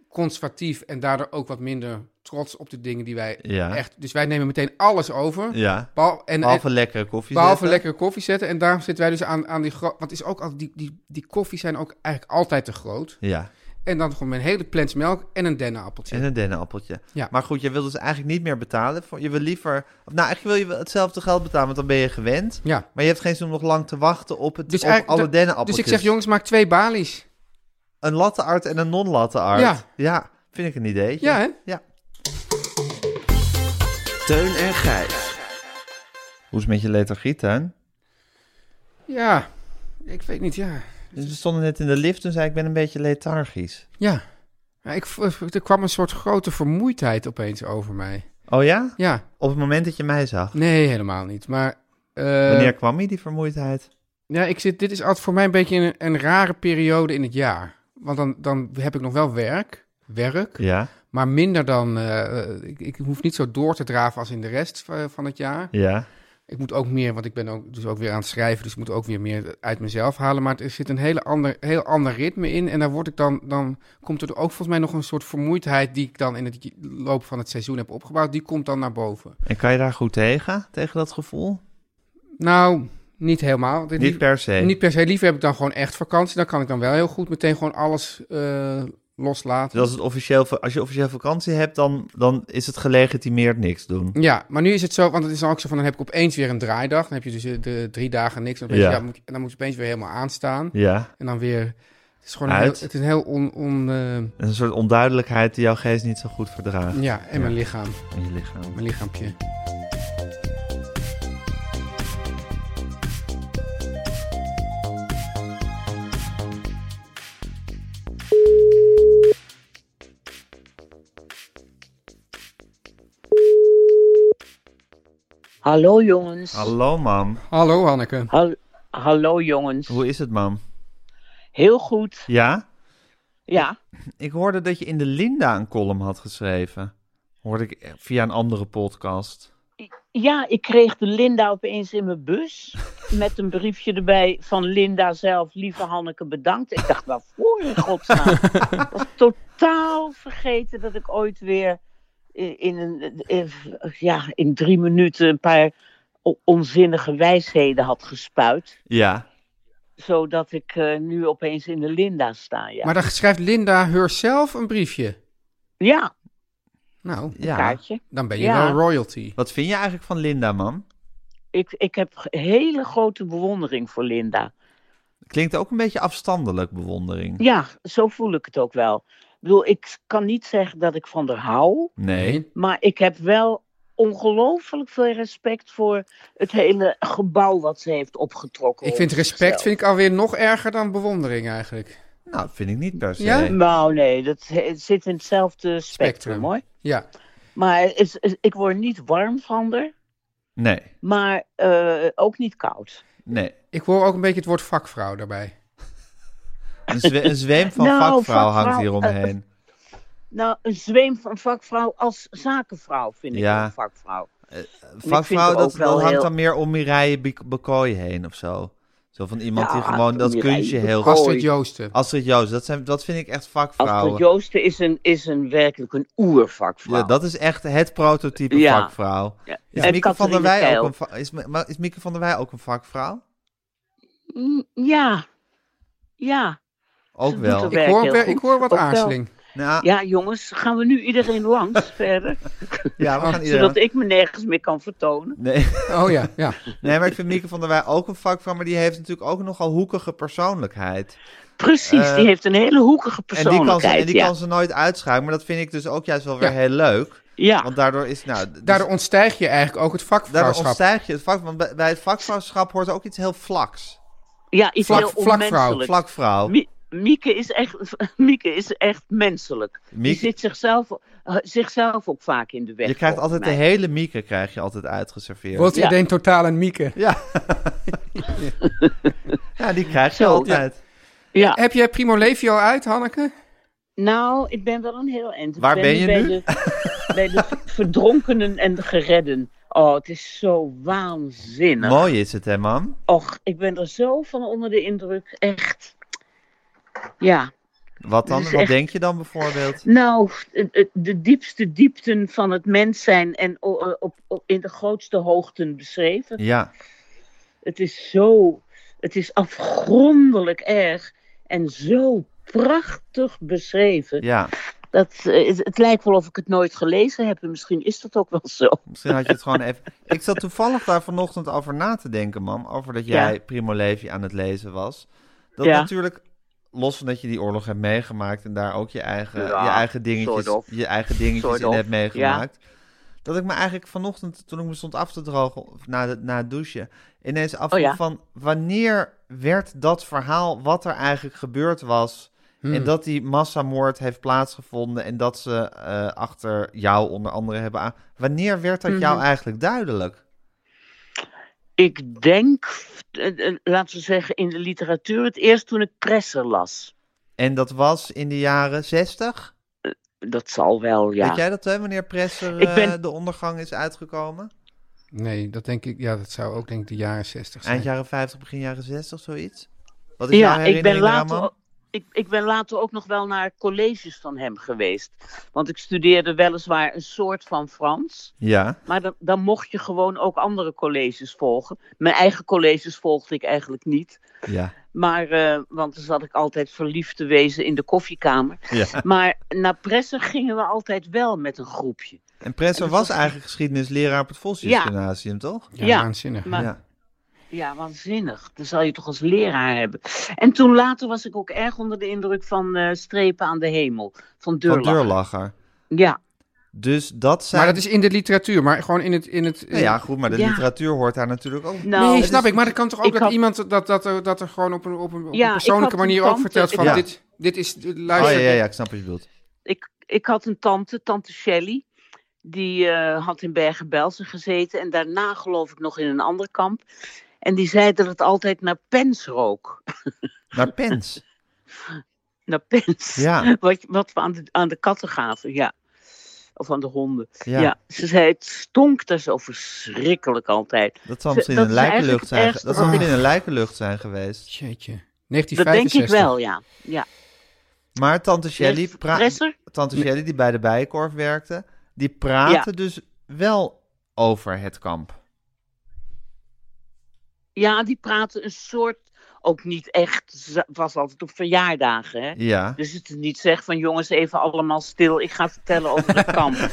Speaker 2: conservatief en daardoor ook wat minder trots op de dingen die wij
Speaker 1: Ja.
Speaker 2: echt... Dus wij nemen meteen alles over.
Speaker 1: Ja,
Speaker 2: Behalve- en- en,
Speaker 1: behalve lekkere koffie
Speaker 2: Behalve
Speaker 1: zetten.
Speaker 2: lekkere koffie zetten. En daarom zitten wij dus aan, aan die... gro- Want het is ook altijd, die, die, die koffies zijn ook eigenlijk altijd te groot.
Speaker 1: Ja,
Speaker 2: En dan gewoon met een hele plens melk en een dennenappeltje.
Speaker 1: en een dennenappeltje.
Speaker 2: Ja.
Speaker 1: Maar goed, je wil dus eigenlijk niet meer betalen. voor- Je wil liever... of Nou, eigenlijk wil je wel hetzelfde geld betalen, want dan ben je gewend.
Speaker 2: Ja.
Speaker 1: Maar je hebt geen zin om nog lang te wachten op, het,
Speaker 2: Dus
Speaker 1: op
Speaker 2: eigenlijk-
Speaker 1: alle
Speaker 2: dat-
Speaker 1: dennenappeltjes.
Speaker 2: Dus ik zeg, jongens, maak twee balies.
Speaker 1: Een latte art en een non-latte art.
Speaker 2: Ja.
Speaker 1: vind ik een ideetje.
Speaker 2: Ja, hè?
Speaker 1: Ja.
Speaker 3: Teun en Gijs.
Speaker 1: Hoe is het met je lethargietuin?
Speaker 2: Ja. Ik weet niet, ja.
Speaker 1: Dus we stonden net in de lift en zei ik ben een beetje lethargisch.
Speaker 2: Ja. Ja, ik, v- er kwam een soort grote vermoeidheid opeens over mij.
Speaker 1: Oh ja?
Speaker 2: Ja.
Speaker 1: Op het moment dat je mij zag.
Speaker 2: Nee, helemaal niet. Maar... eh,
Speaker 1: Wanneer kwam je die vermoeidheid?
Speaker 2: Ja, ik zit, dit is altijd voor mij een beetje een, een rare periode in het jaar. Want dan, dan heb ik nog wel werk. Werk.
Speaker 1: Ja,
Speaker 2: Maar minder dan. eh, eh, ik, ik hoef niet zo door te draven als in de rest van, van het jaar.
Speaker 1: ja.
Speaker 2: Ik moet ook meer, want ik ben ook, dus ook weer aan het schrijven. Dus ik moet ook weer meer uit mezelf halen. Maar er zit een hele ander, heel ander ritme in. En daar word ik dan, dan komt er ook volgens mij nog een soort vermoeidheid. die ik dan in het j- loop van het seizoen heb opgebouwd. Die komt dan naar boven.
Speaker 1: En kan je daar goed tegen? Tegen dat gevoel?
Speaker 2: Nou, niet helemaal. Dit
Speaker 1: Niet per se.
Speaker 2: Niet per se liever heb ik dan gewoon echt vakantie. Dan kan ik dan wel heel goed meteen gewoon alles eh, loslaten.
Speaker 1: Dus als, het officieel, als je officieel vakantie hebt, dan, dan is het gelegitimeerd niks doen.
Speaker 2: Ja, maar nu is het zo, want het is dan ook zo van, dan heb ik opeens weer een draaidag. Dan heb je dus eh, de drie dagen niks. En dan, opeens-
Speaker 1: Ja.
Speaker 2: ja, moet, je- en dan moet je opeens weer helemaal aanstaan.
Speaker 1: Ja,
Speaker 2: En dan weer, het is gewoon een heel,
Speaker 1: Uit.
Speaker 2: het is een heel on... on eh,
Speaker 1: een soort onduidelijkheid die jouw geest niet zo goed verdraagt
Speaker 2: ja, en mijn lichaam,
Speaker 1: in je lichaam.
Speaker 2: mijn lichaampje.
Speaker 5: Hallo jongens.
Speaker 1: Hallo, mam.
Speaker 2: Hallo Hanneke.
Speaker 5: Hal- Hallo jongens.
Speaker 1: Hoe is het, mam?
Speaker 5: Heel goed.
Speaker 1: Ja?
Speaker 5: Ja.
Speaker 1: Ik hoorde dat je in de Linda een column had geschreven. Hoorde ik eh, via een andere podcast.
Speaker 5: Ja, ik kreeg de Linda opeens in mijn bus. Met een briefje erbij van Linda zelf. Lieve Hanneke, bedankt. Ik dacht, waarvoor in godsnaam? Ik was totaal vergeten dat ik ooit weer in, in een, in- ja, in drie minuten een paar o- onzinnige wijsheden had gespuit.
Speaker 1: Ja.
Speaker 5: Zodat ik eh, nu opeens in de Linda sta. Ja,
Speaker 2: Maar daar schrijft Linda herself een briefje.
Speaker 5: ja
Speaker 2: Nou,
Speaker 1: Ja.
Speaker 5: kaartje.
Speaker 2: dan ben je
Speaker 5: Ja.
Speaker 2: wel royalty.
Speaker 1: Wat vind je eigenlijk van Linda, mam?
Speaker 5: Ik, ik heb g- hele grote bewondering voor Linda.
Speaker 1: Klinkt ook een beetje afstandelijk, bewondering.
Speaker 5: Ja, zo voel ik het ook wel. Ik bedoel, ik kan niet zeggen dat ik van haar hou,
Speaker 1: Nee.
Speaker 5: maar ik heb wel ongelooflijk veel respect voor het hele gebouw wat ze heeft opgetrokken.
Speaker 2: Ik vind
Speaker 5: rond
Speaker 2: respect
Speaker 5: zichzelf.
Speaker 2: vind ik alweer nog erger dan bewondering eigenlijk.
Speaker 1: Nou, vind ik niet per se.
Speaker 2: Ja?
Speaker 5: Nou nee, dat he- het zit in hetzelfde spectrum,
Speaker 2: Spectrum.
Speaker 5: hoor.
Speaker 2: Ja,
Speaker 5: Maar het is- het- ik word niet warm van haar,
Speaker 1: Nee,
Speaker 5: maar eh, ook niet koud.
Speaker 1: nee.
Speaker 2: ik hoor ook een beetje het woord vakvrouw daarbij.
Speaker 1: Een, zwe- een zweem van
Speaker 5: Nou,
Speaker 1: vakvrouw
Speaker 5: vakvrouw,
Speaker 1: hangt hier
Speaker 5: eh,
Speaker 1: omheen.
Speaker 5: Nou, een zweem van vakvrouw als zakenvrouw vind ik
Speaker 1: Ja.
Speaker 5: een vakvrouw.
Speaker 1: vakvrouw,
Speaker 5: het
Speaker 1: dat,
Speaker 5: ook wel
Speaker 1: dat hangt
Speaker 5: heel-
Speaker 1: dan meer om Mireille Bik- Bakoy heen of zo. Zo van iemand die
Speaker 5: Ja,
Speaker 1: gewoon dat
Speaker 5: Mireille
Speaker 1: kunstje heel
Speaker 5: Bakoy.
Speaker 1: goed...
Speaker 2: Astrid Joosten.
Speaker 1: Astrid Joost, dat, zijn, dat vind ik echt
Speaker 5: Astrid
Speaker 1: vakvrouwen.
Speaker 5: Joosten is een, is een werkelijk een oervakvrouw.
Speaker 1: Ja, dat is echt het prototype
Speaker 5: Ja.
Speaker 1: vakvrouw.
Speaker 5: Ja.
Speaker 1: Is,
Speaker 5: En
Speaker 1: Mieke van der
Speaker 5: Catharine
Speaker 1: Wij
Speaker 5: Keil.
Speaker 1: ook een, va- is, Ma- is Mieke van der Wij ook een vakvrouw?
Speaker 5: Mm, Ja. Ja.
Speaker 1: Ook
Speaker 5: Ze
Speaker 1: wel.
Speaker 5: doet
Speaker 2: Ik
Speaker 5: Werk
Speaker 2: hoor,
Speaker 5: heel
Speaker 2: weer-
Speaker 5: goed.
Speaker 2: ik hoor wat
Speaker 5: Ook wel.
Speaker 2: aarzeling.
Speaker 1: Nou, ja,
Speaker 5: ja, jongens, gaan we nu iedereen langs verder?
Speaker 1: we gaan iedereen...
Speaker 5: Zodat ik me nergens meer kan vertonen.
Speaker 1: Nee,
Speaker 2: Oh ja, ja.
Speaker 1: nee, maar ik vind Mieke van der Wij ook een vakvrouw, maar die heeft natuurlijk ook nogal hoekige persoonlijkheid.
Speaker 5: Precies,
Speaker 1: Eh,
Speaker 5: die heeft een hele hoekige
Speaker 1: En die kan
Speaker 5: persoonlijkheid.
Speaker 1: ze, en die
Speaker 5: ja.
Speaker 1: kan ze nooit uitschuiven, maar dat vind ik dus ook juist wel weer
Speaker 2: Ja.
Speaker 1: heel leuk.
Speaker 5: ja.
Speaker 1: Want daardoor is, nou, dus-
Speaker 2: Daardoor ontstijg je eigenlijk ook het
Speaker 1: daardoor
Speaker 2: vakvrouwschap.
Speaker 1: ontstijg je het vak. Want bij, bij het vakvrouwschap hoort ook iets heel vlaks.
Speaker 5: ja, iets
Speaker 2: Vlak-
Speaker 5: heel
Speaker 2: vlakvrouw,
Speaker 5: onmenselijk.
Speaker 1: Vlakvrouw.
Speaker 5: Mie- Mieke is, echt, Mieke is echt menselijk. Die
Speaker 1: Mieke-
Speaker 5: zit zichzelf, eh, zichzelf ook vaak in de weg.
Speaker 1: Je krijgt
Speaker 5: volgens
Speaker 1: altijd de
Speaker 5: mij.
Speaker 1: hele mieke krijg je altijd uitgeserveerd.
Speaker 2: Wordt
Speaker 5: Ja.
Speaker 2: iedereen totaal een mieke.
Speaker 1: Ja. ja, die krijg je
Speaker 5: Zo,
Speaker 1: altijd.
Speaker 5: Ja.
Speaker 2: Heb jij Primo Levi al uit, Hanneke?
Speaker 5: Nou, ik ben wel een heel eind. Ik
Speaker 1: Waar ben je
Speaker 5: bij
Speaker 1: nu?
Speaker 5: De, bij de verdronkenen en de geredden. Oh, het is zo waanzinnig.
Speaker 1: Mooi is het, hè, man?
Speaker 5: Och, ik ben er zo van onder de indruk. Echt. Ja.
Speaker 1: Wat dan?
Speaker 5: Dit is
Speaker 1: Wat
Speaker 5: echt-
Speaker 1: denk je dan bijvoorbeeld?
Speaker 5: Nou, het- het- de diepste diepten van het mens zijn en o- o- op, op- in de grootste hoogten beschreven.
Speaker 1: Ja,
Speaker 5: Het is zo. Het is afgrondelijk erg. En zo prachtig beschreven.
Speaker 1: ja.
Speaker 5: Dat, eh, het, het lijkt wel of ik het nooit gelezen heb. En misschien is dat ook wel zo.
Speaker 1: Misschien had je het gewoon even... Ik zat toevallig daar vanochtend over na te denken, mam. Over dat jij
Speaker 5: Ja.
Speaker 1: Primo Levi aan het lezen was. Dat
Speaker 5: Ja.
Speaker 1: natuurlijk... Los van dat je die oorlog hebt meegemaakt en daar ook je eigen,
Speaker 5: Ja,
Speaker 1: je eigen dingetjes,
Speaker 5: sort of.
Speaker 1: je eigen dingetjes
Speaker 5: Sort
Speaker 1: in
Speaker 5: of,
Speaker 1: hebt meegemaakt. Dat ik me eigenlijk vanochtend, toen ik me stond af te drogen na, de, na het douchen, ineens af
Speaker 5: Oh ja.
Speaker 1: van wanneer werd dat verhaal wat er eigenlijk gebeurd was en dat die massamoord heeft plaatsgevonden en dat ze eh, achter jou onder andere hebben aan. Wanneer werd dat
Speaker 5: Mhm.
Speaker 1: jou eigenlijk duidelijk?
Speaker 5: Ik denk, eh, eh, laten we zeggen, in de literatuur het eerst toen ik Presser las.
Speaker 1: En dat was in de jaren zestig?
Speaker 5: Dat zal wel, ja.
Speaker 1: Weet jij dat, hè, wanneer Presser
Speaker 5: Ik ben-
Speaker 1: eh, de ondergang is uitgekomen?
Speaker 2: Nee, dat denk ik. Ja, dat zou ook denk ik de jaren 60 zijn.
Speaker 1: Eind jaren 50, begin jaren 60, zoiets? Wat is jouw
Speaker 5: ja, ik
Speaker 1: herinnering
Speaker 5: ben,
Speaker 1: daaraan,
Speaker 5: later,
Speaker 1: man?
Speaker 5: ook- ik, ik ben later ook nog wel naar colleges van hem geweest. Want ik studeerde weliswaar een soort van Frans.
Speaker 1: Ja,
Speaker 5: Maar dan, dan mocht je gewoon ook andere colleges volgen. Mijn eigen colleges volgde ik eigenlijk niet.
Speaker 1: ja,
Speaker 5: Maar, eh, want dan zat ik altijd verliefd te wezen in de koffiekamer.
Speaker 1: ja.
Speaker 5: Maar naar Presser gingen we altijd wel met een groepje.
Speaker 1: En Presser
Speaker 5: En dat
Speaker 1: was
Speaker 5: was-
Speaker 1: eigenlijk geschiedenisleraar op het
Speaker 5: Ja.
Speaker 1: Volksgymnasium, toch?
Speaker 2: ja,
Speaker 5: ja,
Speaker 2: waanzinnig.
Speaker 5: maar-
Speaker 1: Ja.
Speaker 5: Ja, waanzinnig. Dan zal je toch als leraar hebben. En toen later was ik ook erg onder de indruk van eh, Strepen aan de Hemel. Van
Speaker 1: Van
Speaker 5: Deurlach.
Speaker 1: Deurlacher.
Speaker 5: Ja,
Speaker 1: Dus dat zijn...
Speaker 2: Maar dat is in de literatuur, maar gewoon in het... In het
Speaker 1: Nou ja, goed, maar de
Speaker 5: Ja.
Speaker 1: literatuur hoort daar natuurlijk ook.
Speaker 5: nou,
Speaker 2: nee,
Speaker 5: het
Speaker 2: snap
Speaker 5: is-
Speaker 2: ik. Maar dat kan toch ook
Speaker 5: ik
Speaker 2: dat
Speaker 5: had-
Speaker 2: iemand dat, dat, er, dat er gewoon op een, op een, op
Speaker 5: Ja,
Speaker 2: een
Speaker 5: ik
Speaker 2: persoonlijke
Speaker 5: had een
Speaker 2: manier ook
Speaker 5: tante-
Speaker 2: vertelt van
Speaker 1: Ja.
Speaker 2: dit, dit is...
Speaker 1: Oh ja,
Speaker 2: Luister,
Speaker 1: ja, ja, ik snap wat je bedoelt.
Speaker 5: ik, ik had een tante, tante Shelley. Die eh, had in Bergen-Belsen gezeten en daarna geloof ik nog in een ander kamp. En die zei dat het altijd naar pens rook.
Speaker 1: Naar Pens.
Speaker 5: Naar pens.
Speaker 1: Ja.
Speaker 5: Wat, wat we aan de, aan de katten gaven, ja. Of aan de honden.
Speaker 1: Ja,
Speaker 5: Ja. ze zei het stonk daar zo verschrikkelijk altijd.
Speaker 1: dat zal
Speaker 5: Ze-
Speaker 1: misschien
Speaker 5: dat
Speaker 1: een
Speaker 5: is
Speaker 1: lijkenlucht
Speaker 5: eigenlijk
Speaker 1: zijn.
Speaker 5: echt-
Speaker 1: ge- Dat zal
Speaker 5: Ah.
Speaker 1: misschien een lijkenlucht zijn geweest.
Speaker 2: Jeetje.
Speaker 5: Dat denk
Speaker 2: 1965.
Speaker 5: ik wel, ja. ja.
Speaker 1: Maar tante Shelly,
Speaker 5: Leg-
Speaker 1: pra-
Speaker 5: Presser?
Speaker 1: tante Shelley, die bij de Bijenkorf werkte, die praatte dus wel over het kamp.
Speaker 5: Ja, die praten een soort, ook niet echt, ze was altijd op verjaardagen. Hè?
Speaker 1: Ja.
Speaker 5: Dus het is niet zeg van jongens even allemaal stil, ik ga vertellen over het kamp.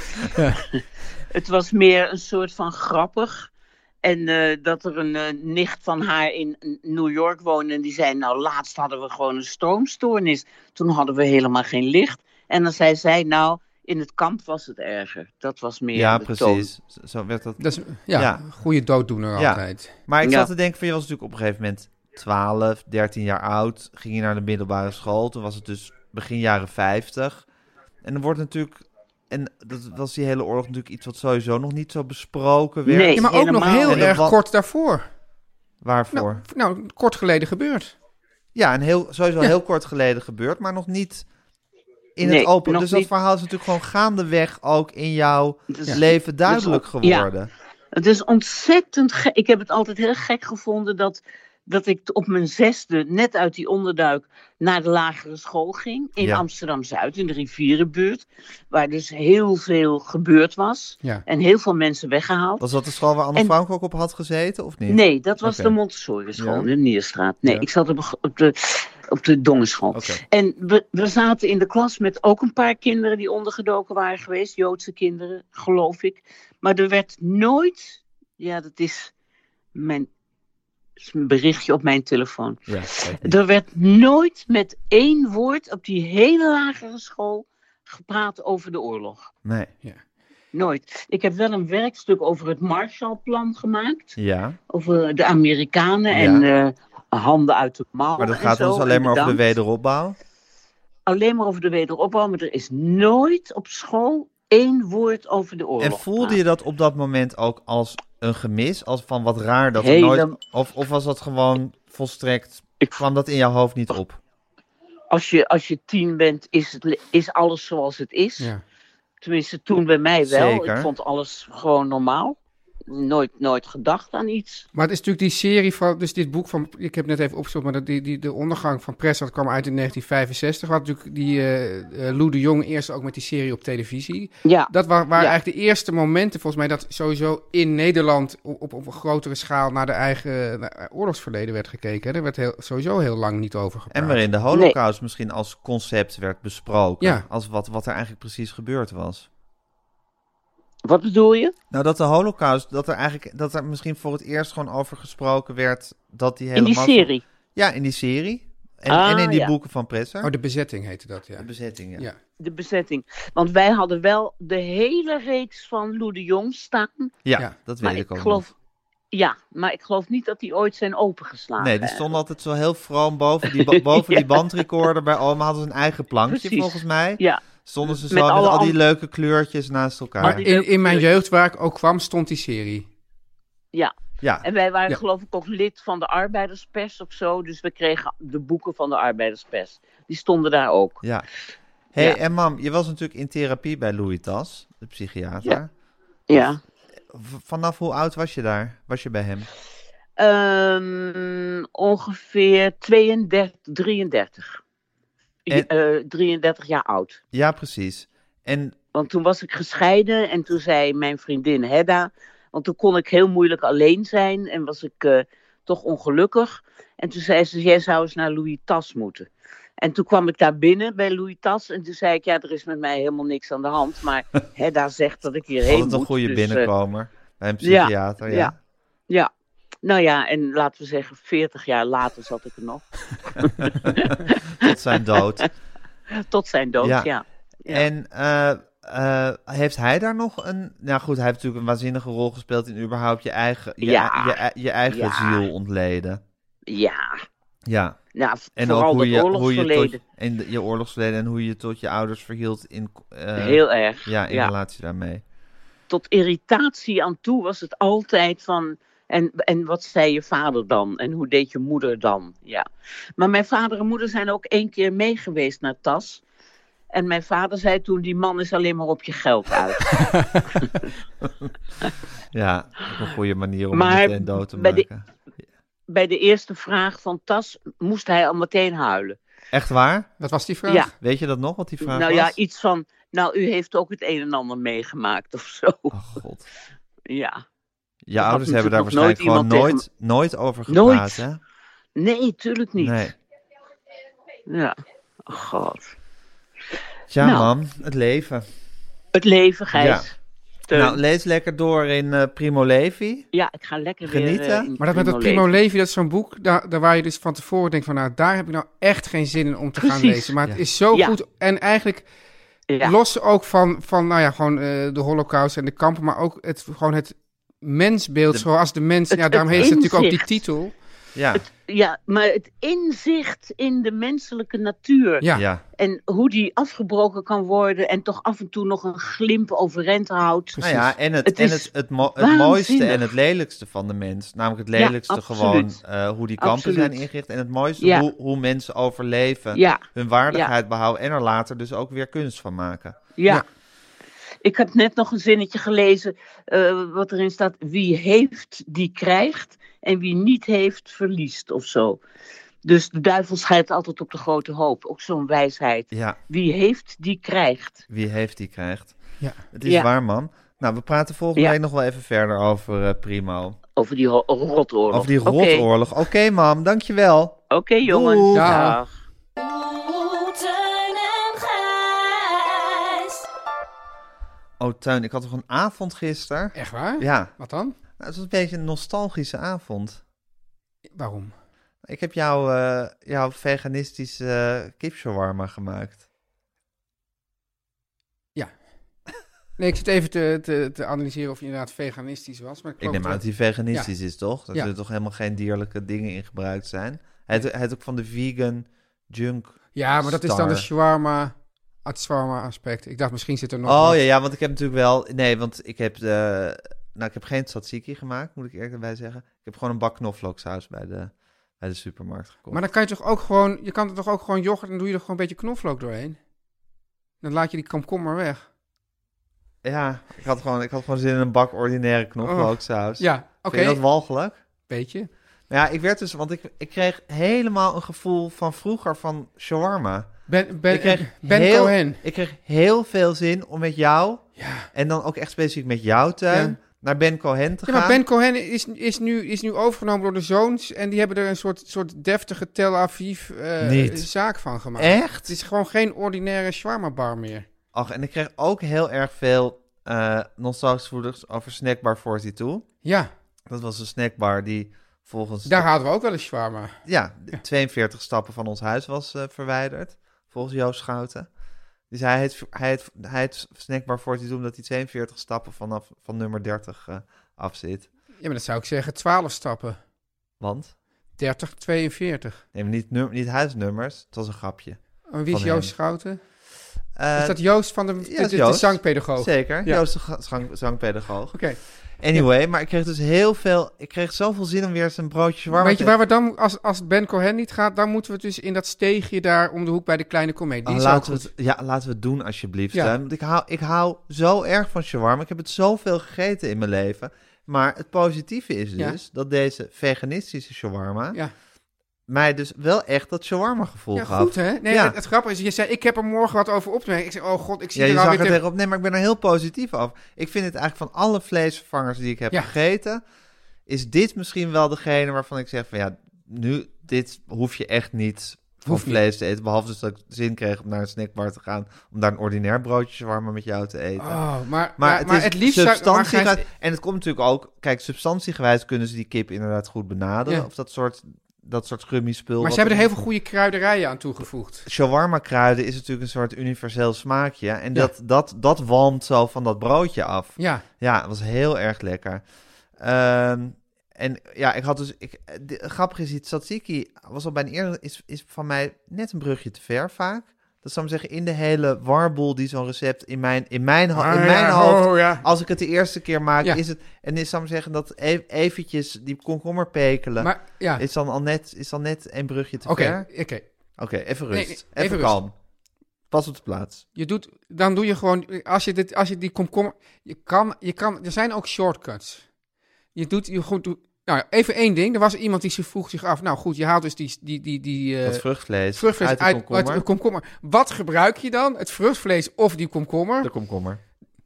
Speaker 5: het was meer een soort van grappig. En eh, dat er een eh, nicht van haar in New York woonde en die zei nou laatst hadden we gewoon een stroomstoornis. Toen hadden we helemaal geen licht. En dan zei zij nou in het kamp was het erger. Dat was meer
Speaker 1: Ja,
Speaker 5: de toon.
Speaker 1: precies. Zo- Zo werd dat.
Speaker 2: Dat is, ja,
Speaker 1: Ja.
Speaker 2: goede dooddoener
Speaker 1: Ja.
Speaker 2: altijd.
Speaker 1: Maar ik
Speaker 5: Ja.
Speaker 1: zat te denken van, je was natuurlijk op een gegeven moment 12, 13 jaar oud. Ging je naar de middelbare school. Toen was het dus begin jaren 50. En dan wordt natuurlijk... En dat was die hele oorlog natuurlijk iets wat sowieso nog niet zo besproken werd.
Speaker 5: Nee.
Speaker 2: Ja, maar ook nog
Speaker 5: helemaal.
Speaker 2: heel
Speaker 1: En dat
Speaker 2: erg
Speaker 1: wa-
Speaker 2: kort daarvoor.
Speaker 1: Waarvoor?
Speaker 2: Nou, nou, kort geleden gebeurd.
Speaker 1: Ja, en heel, sowieso heel kort geleden gebeurd, maar nog niet in
Speaker 5: Nee,
Speaker 1: het open.
Speaker 5: nog
Speaker 1: Dus dat
Speaker 5: niet.
Speaker 1: verhaal is natuurlijk gewoon gaandeweg ook in jouw
Speaker 5: Dus-
Speaker 1: leven duidelijk
Speaker 5: Dus- ja.
Speaker 1: geworden.
Speaker 5: Het is ontzettend gek. Ik heb het altijd heel gek gevonden dat, dat ik op mijn zesde, net uit die onderduik, naar de lagere school ging. In
Speaker 1: Ja.
Speaker 5: Amsterdam-Zuid, in de rivierenbuurt. Waar dus heel veel gebeurd was.
Speaker 2: Ja.
Speaker 5: En heel veel mensen weggehaald.
Speaker 1: Was dat de school waar Anne
Speaker 5: En-
Speaker 1: Frank ook op had gezeten, of niet?
Speaker 5: Nee, dat was
Speaker 1: Oké.
Speaker 5: de Montessori school
Speaker 1: Ja.
Speaker 5: in de Nierstraat. Nee,
Speaker 1: Ja.
Speaker 5: ik zat op, op de, op de Dongenschool.
Speaker 1: Oké.
Speaker 5: En we, we zaten in de klas met ook een paar kinderen die ondergedoken waren geweest. Joodse kinderen, geloof ik. Maar er werd nooit... Ja, dat is mijn is een berichtje op mijn telefoon.
Speaker 1: Ja, kijk niet.
Speaker 5: Er werd nooit met één woord op die hele lagere school gepraat over de oorlog.
Speaker 1: nee.
Speaker 5: Nooit. Ik heb wel een werkstuk over het Marshallplan gemaakt.
Speaker 1: Ja,
Speaker 5: Over de Amerikanen
Speaker 1: Ja.
Speaker 5: en eh, handen uit de mouw.
Speaker 1: maar dat
Speaker 5: en
Speaker 1: gaat
Speaker 5: zo,
Speaker 1: ons
Speaker 5: en
Speaker 1: alleen maar over de
Speaker 5: bedankt.
Speaker 1: wederopbouw.
Speaker 5: Alleen maar over de wederopbouw, maar er is nooit op school één woord over de oorlog. Nou,
Speaker 1: En voelde je
Speaker 5: gepraat.
Speaker 1: dat op dat moment ook als een gemis? Als van wat raar dat er
Speaker 5: Hele-
Speaker 1: nooit... Of, of was dat gewoon volstrekt...
Speaker 5: Ik-
Speaker 1: Kwam dat in jouw hoofd niet op?
Speaker 5: Als je, als je tien bent, is, het, le- is alles zoals het is.
Speaker 2: Ja.
Speaker 5: Tenminste, toen bij mij wel.
Speaker 1: Zeker.
Speaker 5: Ik vond alles gewoon normaal. Nooit, nooit gedacht aan iets.
Speaker 2: Maar het is natuurlijk die serie van, dus dit boek van, ik heb net even opgezocht, maar dat- die, die, de ondergang van Press, dat kwam uit in 1965. Wat natuurlijk die eh eh, Lou de Jong eerst ook met die serie op televisie.
Speaker 5: Ja,
Speaker 2: Dat wa- waren
Speaker 5: Ja.
Speaker 2: eigenlijk de eerste momenten, volgens mij, dat sowieso in Nederland op, op, op een grotere schaal naar de eigen eh, oorlogsverleden werd gekeken. hè. Er werd heel, sowieso heel lang niet over gepraat.
Speaker 1: En waarin de holocaust misschien als concept werd besproken.
Speaker 2: Ja.
Speaker 1: Als wat, wat er eigenlijk precies gebeurd was.
Speaker 5: wat bedoel je?
Speaker 1: Nou, dat de holocaust, dat er eigenlijk, dat er misschien voor het eerst gewoon over gesproken werd dat die hele
Speaker 5: In die
Speaker 1: massa-
Speaker 5: serie.
Speaker 1: Ja, in die serie. En,
Speaker 5: Ah,
Speaker 1: en in die
Speaker 5: ja.
Speaker 1: boeken van Presser.
Speaker 2: Oh, de bezetting heette dat, ja.
Speaker 1: de bezetting, ja.
Speaker 2: Ja.
Speaker 5: De bezetting. Want wij hadden wel de hele reeks van Lou de Jong staan.
Speaker 1: Ja,
Speaker 2: Ja.
Speaker 1: dat weet
Speaker 5: Maar
Speaker 1: ik,
Speaker 5: ik
Speaker 1: ook
Speaker 5: geloof. Ja, maar ik geloof niet dat die ooit zijn
Speaker 1: nog.
Speaker 5: opengeslagen.
Speaker 1: Nee, die stonden altijd zo heel vroom boven die, ba- boven die bandrecorder bij oma. Hadden ze een eigen plankje
Speaker 5: Precies.
Speaker 1: volgens mij.
Speaker 5: Ja,
Speaker 1: Stonden ze zo
Speaker 5: Met
Speaker 1: met,
Speaker 5: alle
Speaker 1: al die
Speaker 5: an-
Speaker 1: leuke kleurtjes naast elkaar.
Speaker 2: Maar
Speaker 5: die-
Speaker 2: in, in mijn
Speaker 1: eh,
Speaker 2: jeugd, waar ik ook kwam, stond die serie.
Speaker 5: ja.
Speaker 1: Ja,
Speaker 5: En wij waren
Speaker 2: Ja.
Speaker 5: geloof ik ook lid van de arbeiderspers of zo. Dus we kregen de boeken van de arbeiderspers. Die stonden daar ook.
Speaker 1: ja. hey,
Speaker 5: Ja.
Speaker 1: en mam, je was natuurlijk in therapie bij Louis Tas, de psychiater.
Speaker 5: Ja. Ja.
Speaker 1: V- Vanaf hoe oud was je daar? Was je bij hem?
Speaker 5: Ehm, ongeveer 32, 33.
Speaker 1: En-
Speaker 5: Eh, 33 jaar oud.
Speaker 1: Ja, precies. En
Speaker 5: Want toen was ik gescheiden en toen zei mijn vriendin Hedda. Want toen kon ik heel moeilijk alleen zijn en was ik eh, toch ongelukkig. En toen zei ze: Jij zou eens naar Louis Tas moeten. En toen kwam ik daar binnen bij Louis Tas en toen zei ik: Ja, er is met mij helemaal niks aan de hand. Maar Hedda zegt dat ik hierheen
Speaker 1: altijd
Speaker 5: moet.
Speaker 1: een goede
Speaker 5: dus, eh,
Speaker 1: binnenkomer bij een
Speaker 5: ja,
Speaker 1: psychiater. Ja,
Speaker 5: ja. ja. Nou ja, en laten we zeggen, 40 jaar later zat ik er nog.
Speaker 1: Tot zijn dood.
Speaker 5: Tot zijn dood,
Speaker 1: Ja.
Speaker 5: ja. Ja.
Speaker 1: En eh, eh, heeft hij daar nog een. Nou goed, hij heeft natuurlijk een waanzinnige rol gespeeld in überhaupt je eigen, je,
Speaker 5: Ja.
Speaker 1: je, je eigen
Speaker 5: Ja.
Speaker 1: ziel ontleden.
Speaker 5: Ja.
Speaker 1: Ja.
Speaker 5: Nou,
Speaker 1: En
Speaker 5: vooral
Speaker 1: ook hoe
Speaker 5: dat
Speaker 1: je, hoe je
Speaker 5: oorlogsverleden.
Speaker 1: tot, en de- je oorlogsverleden en hoe je tot je ouders verhield in. eh,
Speaker 5: Heel erg.
Speaker 1: ja, in
Speaker 5: ja.
Speaker 1: relatie daarmee.
Speaker 5: tot irritatie aan toe was het altijd van. En, en wat zei je vader dan? En hoe deed je moeder dan? Ja. Maar mijn vader en moeder zijn ook één keer mee geweest naar Tas. En mijn vader zei toen: die man is alleen maar op je geld uit.
Speaker 1: Ja, ook een goede manier om
Speaker 5: Maar
Speaker 1: het meteen dood te
Speaker 5: bij de-
Speaker 1: maken.
Speaker 5: Bij de eerste vraag van Tas moest hij al meteen huilen.
Speaker 1: Echt waar?
Speaker 2: Wat was die vraag?
Speaker 5: Ja.
Speaker 1: Weet je dat nog, wat die vraag
Speaker 5: nou
Speaker 1: was?
Speaker 5: ja, iets van. Nou, u heeft ook het een en ander meegemaakt of zo.
Speaker 1: Oh god.
Speaker 5: Ja.
Speaker 1: Je ouders hebben
Speaker 5: natuurlijk
Speaker 1: daar
Speaker 5: nog
Speaker 1: waarschijnlijk
Speaker 5: nooit
Speaker 1: gewoon
Speaker 5: iemand
Speaker 1: nooit, nooit over
Speaker 5: Nooit.
Speaker 1: gepraat, hè?
Speaker 5: Nee, tuurlijk niet.
Speaker 1: Nee.
Speaker 5: Ja. Oh, God.
Speaker 1: Tja,
Speaker 5: Nou.
Speaker 1: man. Het leven.
Speaker 5: Het leven, Gijs. Teun. Ja.
Speaker 1: Nou, lees lekker door in eh, Primo Levi.
Speaker 5: ik ga lekker
Speaker 1: Genieten.
Speaker 5: Weer, eh, in
Speaker 2: Maar dat met dat
Speaker 5: Primo
Speaker 2: Primo
Speaker 5: Levi.
Speaker 2: Levi, dat is zo'n boek, daar, daar waar je dus van tevoren denkt van, nou, daar heb ik nou echt geen zin in om te gaan
Speaker 5: Precies.
Speaker 2: lezen. Maar het
Speaker 1: Ja.
Speaker 2: is zo
Speaker 5: Ja.
Speaker 2: goed en eigenlijk
Speaker 5: Ja.
Speaker 2: los ook van, van nou ja, gewoon eh, de holocaust en de kampen, maar ook het, gewoon het mensbeeld zoals de mens, ja,
Speaker 5: het
Speaker 2: daarom heeft het natuurlijk ook die
Speaker 5: inzicht.
Speaker 2: titel.
Speaker 1: Ja,
Speaker 5: ja, maar het inzicht in de menselijke natuur.
Speaker 2: Ja.
Speaker 1: ja.
Speaker 5: En hoe die afgebroken kan worden en toch af en toe nog een glimp overeind houdt.
Speaker 1: Nou ja, en het,
Speaker 5: Het
Speaker 1: en
Speaker 5: is
Speaker 1: het, het, mo- het
Speaker 5: waanzinnig.
Speaker 1: mooiste en het lelijkste van de mens. Namelijk het
Speaker 5: Ja,
Speaker 1: lelijkste gewoon
Speaker 5: absoluut.
Speaker 1: eh, hoe die kampen
Speaker 5: Absoluut.
Speaker 1: zijn ingericht. En het mooiste
Speaker 5: Ja.
Speaker 1: hoe, hoe mensen overleven,
Speaker 5: Ja.
Speaker 1: hun waardigheid behouden en er later dus ook weer kunst van maken.
Speaker 5: Ja.
Speaker 2: Ja.
Speaker 5: Ik heb net nog een zinnetje gelezen eh, wat erin staat. Wie heeft, die krijgt. En wie niet heeft, verliest of zo. Dus de duivel scheidt altijd op de grote hoop. Ook zo'n wijsheid.
Speaker 1: Ja,
Speaker 5: Wie heeft, die krijgt.
Speaker 1: wie heeft die krijgt.
Speaker 2: Ja.
Speaker 1: Het is
Speaker 5: Ja.
Speaker 1: waar, man. Nou, we praten volgende
Speaker 5: Ja.
Speaker 1: week nog wel even verder over eh, Primo.
Speaker 5: Over die ho- rotoorlog.
Speaker 1: Over die
Speaker 5: Oké.
Speaker 1: rotoorlog. Oké, mam, dankjewel.
Speaker 5: Oké, jongens.
Speaker 1: Doeg.
Speaker 2: Dag.
Speaker 5: Dag.
Speaker 4: Teun en Gijs.
Speaker 1: Oh, Tuin, ik had toch een avond gisteren?
Speaker 2: Echt waar?
Speaker 1: Ja,
Speaker 2: Wat dan?
Speaker 1: nou, het was een beetje een nostalgische avond.
Speaker 2: Waarom?
Speaker 1: Ik heb jouw, eh, jouw veganistische eh, kipshawarma gemaakt.
Speaker 2: Nee, ik zit even te, te, te analyseren of je inderdaad veganistisch was. Maar ik,
Speaker 1: Ik
Speaker 2: geloof
Speaker 1: neem aan dat
Speaker 2: het wel.
Speaker 1: die veganistisch is, toch? Dat
Speaker 2: Ja.
Speaker 1: er toch helemaal geen dierlijke dingen in gebruikt zijn. Hij had- hij had ook van de vegan junk.
Speaker 2: Ja, maar dat is dan de
Speaker 1: Star.
Speaker 2: shawarma, het shawarma aspect. Ik dacht, misschien zit er nog
Speaker 1: Oh
Speaker 2: wat.
Speaker 1: ja, ja, want ik heb natuurlijk wel... Nee, want ik heb, eh, nou, ik heb geen tzatziki gemaakt, moet ik eerlijk bij zeggen. Ik heb gewoon een bak knoflooksaus bij de, bij de supermarkt gekocht.
Speaker 2: Maar dan kan je toch ook gewoon, je kan er toch ook gewoon yoghurt en doe je er gewoon een beetje knoflook doorheen. Dan laat je die komkommer weg.
Speaker 1: Ja, ik had, gewoon, ik had gewoon zin in een bak ordinaire knoflooksaus.
Speaker 2: Oh, Ja,
Speaker 1: Vind
Speaker 2: oké,
Speaker 1: je dat walgelijk?
Speaker 2: beetje.
Speaker 1: Nou ja, ik werd dus, want ik, ik kreeg helemaal een gevoel van vroeger van shawarma.
Speaker 2: Ben, ben, eh,
Speaker 1: ik kreeg
Speaker 2: ben
Speaker 1: heel,
Speaker 2: Cohen.
Speaker 1: Ik kreeg heel veel zin om met jou,
Speaker 2: Ja.
Speaker 1: en dan ook echt specifiek met jou, Tuin,
Speaker 2: Ja.
Speaker 1: naar Ben Cohen te
Speaker 2: ja,
Speaker 1: gaan.
Speaker 2: maar Ben Cohen is, is, nu, is nu overgenomen door de zoons en die hebben er een soort, soort deftige Tel Aviv eh,
Speaker 1: Niet.
Speaker 2: zaak van gemaakt. Het
Speaker 1: Echt?
Speaker 2: is gewoon geen ordinaire shawarma bar meer.
Speaker 1: Ach, en ik kreeg ook heel erg veel eh nostalgisch voeders over Snackbar 42.
Speaker 2: Ja,
Speaker 1: Dat was een snackbar die volgens...
Speaker 2: daar hadden we ook wel een shawarma.
Speaker 1: ja, 42 stappen van ons huis was eh, verwijderd. Volgens Joost Schouten. Dus hij heet, hij heet, hij heet Snackbar 42 omdat hij 42 stappen vanaf van nummer 30 eh, af zit.
Speaker 2: Ja, maar dat zou ik zeggen, 12 stappen.
Speaker 1: Want,
Speaker 2: 30, 42.
Speaker 1: nee, maar niet, num- niet huisnummers, het was een grapje.
Speaker 2: En wie is
Speaker 1: Van
Speaker 2: Joost
Speaker 1: hem.
Speaker 2: Schouten?
Speaker 1: Eh,
Speaker 2: is dat Joost van de,
Speaker 1: ja,
Speaker 2: de, de,
Speaker 1: Joost.
Speaker 2: zangpedagoog? Oké.
Speaker 1: Zeker,
Speaker 2: Ja.
Speaker 1: Joost de ga- zang- zangpedagoog.
Speaker 2: Ja.
Speaker 1: Anyway, maar ik kreeg dus heel veel, ik kreeg zoveel zin om weer eens een broodje zwaar
Speaker 2: Weet je waar we dan, als, als Ben Cohen niet gaat, dan moeten we dus in dat steegje daar om de hoek bij de kleine komedie. Die is ook
Speaker 1: laten, we
Speaker 2: goed.
Speaker 1: het, ja, laten we het doen alsjeblieft.
Speaker 2: Ja.
Speaker 1: Teun. Want ik hou, ik hou zo erg van shawarma. Ik heb het zoveel gegeten in mijn leven. Maar het positieve is
Speaker 2: Ja.
Speaker 1: dus dat deze veganistische shawarma
Speaker 2: Ja.
Speaker 1: mij dus wel echt dat shawarma gevoel
Speaker 2: Ja,
Speaker 1: gaf.
Speaker 2: goed hè? Nee,
Speaker 1: Ja.
Speaker 2: het, het grappige is, je zei, ik heb er morgen wat over op te merken. Ik zei, oh god, ik zie
Speaker 1: Ja, je
Speaker 2: er
Speaker 1: zag
Speaker 2: alweer...
Speaker 1: er
Speaker 2: tegen-
Speaker 1: tegenop. Nee, maar ik ben er heel positief af. Ik vind het eigenlijk van alle vleesvervangers die ik heb
Speaker 2: Ja.
Speaker 1: gegeten, is dit misschien wel degene waarvan ik zeg van ja, nu, dit hoef je echt niet van
Speaker 2: Hoeft niet.
Speaker 1: vlees te eten. Behalve dus dat ik zin kreeg om naar een snackbar te gaan, om daar een ordinair broodje shawarma met jou te eten.
Speaker 2: Oh, maar,
Speaker 1: Maar,
Speaker 2: maar,
Speaker 1: het,
Speaker 2: maar
Speaker 1: is
Speaker 2: het liefst zou- maar
Speaker 1: substantiegewijs...
Speaker 2: Gijs-
Speaker 1: en het komt natuurlijk ook... Kijk, substantiegewijs kunnen ze die kip inderdaad goed benaderen.
Speaker 2: Ja.
Speaker 1: Of dat soort, dat soort gummispul.
Speaker 2: maar
Speaker 1: wat
Speaker 2: ze hebben er heel
Speaker 1: in-
Speaker 2: veel goede kruiderijen aan toegevoegd.
Speaker 1: Shawarma-kruiden is natuurlijk een soort universeel smaakje. En
Speaker 2: Ja.
Speaker 1: dat, dat, dat walmt zo van dat broodje af.
Speaker 2: Ja,
Speaker 1: Ja, het was heel erg lekker. Ehm, en ja, ik had dus... Ik, eh, de- grappig is, die tzatziki was al bij een eerder... Is, is van mij net een brugje te ver vaak. Dat zou ik maar zeggen, in de hele warboel die zo'n recept in mijn, in mijn, ho- in
Speaker 2: Ah,
Speaker 1: mijn
Speaker 2: ja,
Speaker 1: hoofd...
Speaker 2: oh, ja.
Speaker 1: Als ik het de eerste keer maak,
Speaker 2: Ja.
Speaker 1: is het... En is, zou ik maar zeggen, dat e- eventjes die komkommer pekelen...
Speaker 2: Maar ja,
Speaker 1: Ah,
Speaker 2: oké,
Speaker 1: is, dan al net, is dan net een brugje te ver.
Speaker 2: oké.
Speaker 1: Oké, even
Speaker 2: Nee,
Speaker 1: rust.
Speaker 2: nee,
Speaker 1: even,
Speaker 2: even
Speaker 1: kalm. Pas op de plaats.
Speaker 2: Je doet, dan doe je gewoon, als je, dit, als je die komkommer, je kan, je kan, er zijn ook shortcuts. Je doet, je goed, doet- nou ja, even één ding, er was iemand die zich vroeg zich af, nou goed, je haalt dus die, die, die, die eh,
Speaker 1: Dat vruchtvlees,
Speaker 2: vruchtvlees
Speaker 1: uit de komkommer.
Speaker 2: uit de komkommer. Wat gebruik je dan? Het vruchtvlees of die komkommer?
Speaker 1: de komkommer.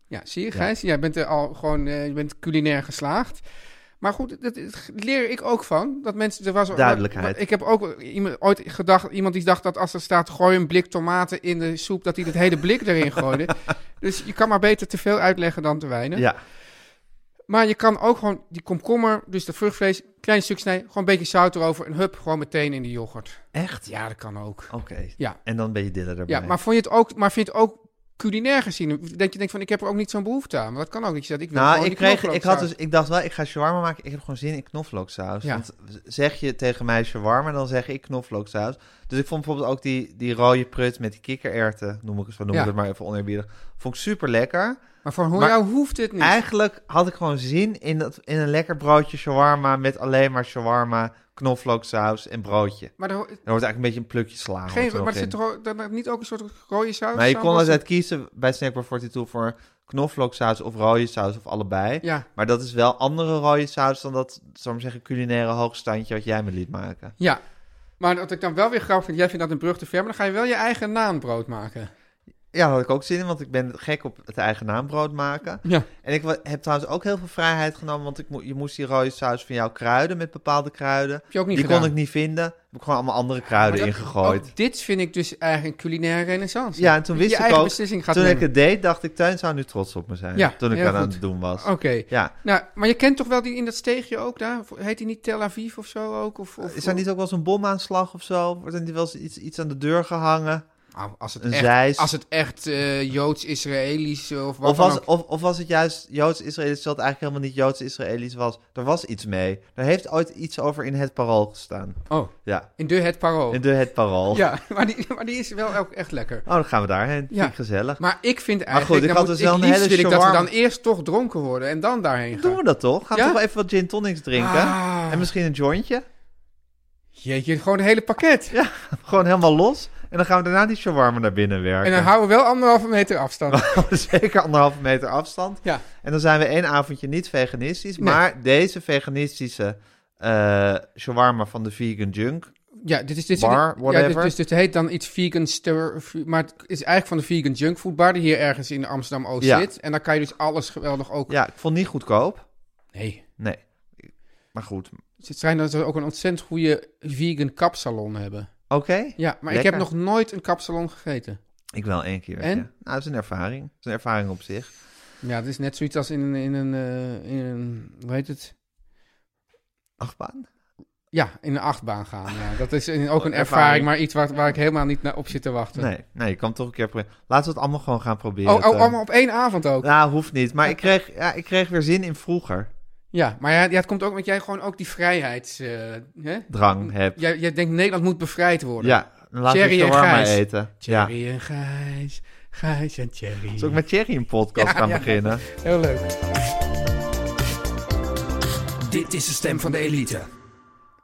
Speaker 2: Ja, zie je, Gijs? Jij bent er al gewoon, eh, je bent culinair geslaagd. Maar goed, dat, dat leer ik ook van. Dat mensen, er was
Speaker 1: Duidelijkheid.
Speaker 2: Ik heb ook iemand, ooit gedacht, iemand die dacht dat als er staat gooi een blik tomaten in de soep, dat hij het hele blik erin gooide. Dus je kan maar beter te veel uitleggen dan te weinig.
Speaker 1: Ja,
Speaker 2: Maar je kan ook gewoon die komkommer, dus dat vruchtvlees, klein stuk snijden, gewoon een beetje zout erover en hup, gewoon meteen in de yoghurt.
Speaker 1: echt?
Speaker 2: Ja, dat kan ook.
Speaker 1: Oké.
Speaker 2: Ja.
Speaker 1: En dan ben je diller erbij.
Speaker 2: Ja, maar vond je het ook, maar vind je het ook culinair gezien? Dat je denkt van, ik heb er ook niet zo'n behoefte aan. Maar dat kan ook. Dat je zegt, ik wil
Speaker 1: Nou,
Speaker 2: gewoon
Speaker 1: ik,
Speaker 2: die
Speaker 1: kreeg, ik, had
Speaker 2: knoflooksaus.
Speaker 1: dus, ik dacht wel, ik ga shawarma maken. Ik heb gewoon zin in knoflooksaus.
Speaker 2: Ja.
Speaker 1: Want zeg je tegen mij shawarma, dan zeg ik knoflooksaus. Dus ik vond bijvoorbeeld ook die, die rode prut met die kikkererwten, noem ik het, zo noem ik
Speaker 2: Ja.
Speaker 1: het maar even oneerbiedig. Vond ik super lekker.
Speaker 2: Maar voor hoe
Speaker 1: dus- Maar-
Speaker 2: jou hoeft dit niet.
Speaker 1: Eigenlijk had ik gewoon zin in, dat, in een lekker broodje shawarma met alleen maar shawarma, knoflooksaus en broodje.
Speaker 2: Maar er, ho-
Speaker 1: Er hoort eigenlijk een beetje een plukje sla. hoort
Speaker 2: geen,
Speaker 1: er ook
Speaker 2: maar er
Speaker 1: in.
Speaker 2: zit toch ook- daar maakt niet ook een soort rode saus?
Speaker 1: Maar je
Speaker 2: aan
Speaker 1: kon
Speaker 2: vast?
Speaker 1: altijd kiezen bij Snackbar 42 voor knoflooksaus of rode saus of allebei.
Speaker 2: Ja,
Speaker 1: Maar dat is wel andere rode saus dan dat, zal ik maar zeggen, culinaire hoogstandje wat jij me liet maken.
Speaker 2: ja. Maar wat ik dan wel weer grappig vind, jij vindt dat een brug te ver, maar dan ga je wel je eigen naanbrood maken.
Speaker 1: Ja, daar had ik ook zin in, want ik ben gek op het eigen naambrood maken.
Speaker 2: Ja.
Speaker 1: En ik wa- heb trouwens ook heel veel vrijheid genomen, want ik mo- je moest die rode saus van jou kruiden met bepaalde kruiden.
Speaker 2: je ook niet
Speaker 1: die
Speaker 2: gedaan.
Speaker 1: kon ik niet vinden. Heb ik gewoon allemaal andere kruiden ingegooid.
Speaker 2: Ook dit vind ik dus eigenlijk een culinaire renaissance.
Speaker 1: Ja, en toen
Speaker 2: Dat je
Speaker 1: wist
Speaker 2: je
Speaker 1: ik
Speaker 2: eigen
Speaker 1: ook,
Speaker 2: beslissing gaat
Speaker 1: toen ik
Speaker 2: nemen.
Speaker 1: het deed, dacht ik, Tuin zou nu trots op me zijn.
Speaker 2: Ja,
Speaker 1: toen ik
Speaker 2: heel
Speaker 1: dat aan
Speaker 2: goed.
Speaker 1: het doen was.
Speaker 2: Oké.
Speaker 1: Ja.
Speaker 2: Nou, maar je kent toch wel die in dat steegje ook daar? Heet die niet Tel Aviv of zo ook? Of, of,
Speaker 1: Is er niet ook wel eens een bomaanslag of zo? Wordt er niet wel eens iets, iets aan de deur gehangen?
Speaker 2: Nou, als het
Speaker 1: een
Speaker 2: echt,
Speaker 1: zeis?
Speaker 2: Als het echt eh, Joods-Israëlisch eh, of wat
Speaker 1: Of
Speaker 2: dan
Speaker 1: was,
Speaker 2: ook.
Speaker 1: of, of was het juist Joods-Israëli's, terwijl het eigenlijk helemaal niet Joods-Israëli's was? Er was iets mee. Er heeft ooit iets over in het parool gestaan.
Speaker 2: Oh,
Speaker 1: Ja,
Speaker 2: in de Het Parool.
Speaker 1: in de het parool.
Speaker 2: Ja, maar die, maar die is wel ook echt lekker.
Speaker 1: Oh, dan gaan we daarheen.
Speaker 2: Ja.
Speaker 1: Vind ik gezellig.
Speaker 2: Maar ik vind eigenlijk...
Speaker 1: goed, ik
Speaker 2: dan
Speaker 1: had
Speaker 2: moet-
Speaker 1: dus wel
Speaker 2: ik
Speaker 1: een
Speaker 2: liefst
Speaker 1: hele
Speaker 2: wil ik dat we
Speaker 1: shawarma.
Speaker 2: dan eerst toch dronken worden en dan daarheen gaan.
Speaker 1: Doen we dat toch? Gaan we
Speaker 2: Ja?
Speaker 1: toch wel even wat gin tonics drinken?
Speaker 2: Ah.
Speaker 1: En misschien een jointje?
Speaker 2: Jeetje, gewoon het hele pakket.
Speaker 1: Ja, gewoon helemaal los. En dan gaan we daarna die shawarma naar binnen werken.
Speaker 2: En dan houden we wel anderhalve meter afstand.
Speaker 1: Zeker anderhalve meter afstand.
Speaker 2: ja.
Speaker 1: En dan zijn we één avondje niet veganistisch.
Speaker 2: Nee.
Speaker 1: Maar deze veganistische eh shawarma van de Vegan Junk.
Speaker 2: ja, dit is... Dit is-
Speaker 1: Bar,
Speaker 2: ja, dit,
Speaker 1: whatever.
Speaker 2: dus dit heet dan iets vegan... Stir, maar het is eigenlijk van de vegan junkfood bar die hier ergens in Amsterdam-Oost
Speaker 1: Ja.
Speaker 2: zit. En dan kan je dus alles geweldig ook...
Speaker 1: Ja, ik vond het niet goedkoop.
Speaker 2: Nee.
Speaker 1: Nee. Maar goed. Oké.
Speaker 2: Het schijnt dat ze ook een ontzettend goede vegan kapsalon hebben. Ja, maar ik heb
Speaker 1: Lekker.
Speaker 2: nog nooit een kapsalon gegeten.
Speaker 1: Ik wel één keer.
Speaker 2: En?
Speaker 1: ja. Nou, het is een ervaring. Het is een ervaring op zich.
Speaker 2: Ja, het is net zoiets als in, een- in, een, eh, in een... Hoe heet het?
Speaker 1: Achtbaan?
Speaker 2: Ja, in een achtbaan gaan. Ja. Dat is een- ook een ervaring,
Speaker 1: Ervaring.
Speaker 2: maar iets waar, waar ik helemaal niet naar op zit te wachten.
Speaker 1: Nee. eh, Nee, je kan het toch een keer proberen. Laten we het allemaal gewoon gaan proberen.
Speaker 2: Oh, oh,
Speaker 1: Teun.
Speaker 2: allemaal op één avond ook. Ja,
Speaker 1: Nou, hoeft niet. Maar ik kreeg, ja, ik kreeg weer zin in vroeger
Speaker 2: maar ja, ja, het komt ook omdat jij gewoon ook die vrijheid... eh, hè?
Speaker 1: drang heb.
Speaker 2: Jij, jij denkt Nederland moet bevrijd worden.
Speaker 1: Ja, dan laten
Speaker 2: Thierry
Speaker 1: we
Speaker 2: en
Speaker 1: shawarma
Speaker 2: Gijs.
Speaker 1: eten. Ja.
Speaker 2: Thierry en Gijs, Gijs en Thierry.
Speaker 1: Zullen we ook met Thierry een podcast gaan beginnen?
Speaker 2: Heel leuk.
Speaker 3: Dit is de stem van de elite.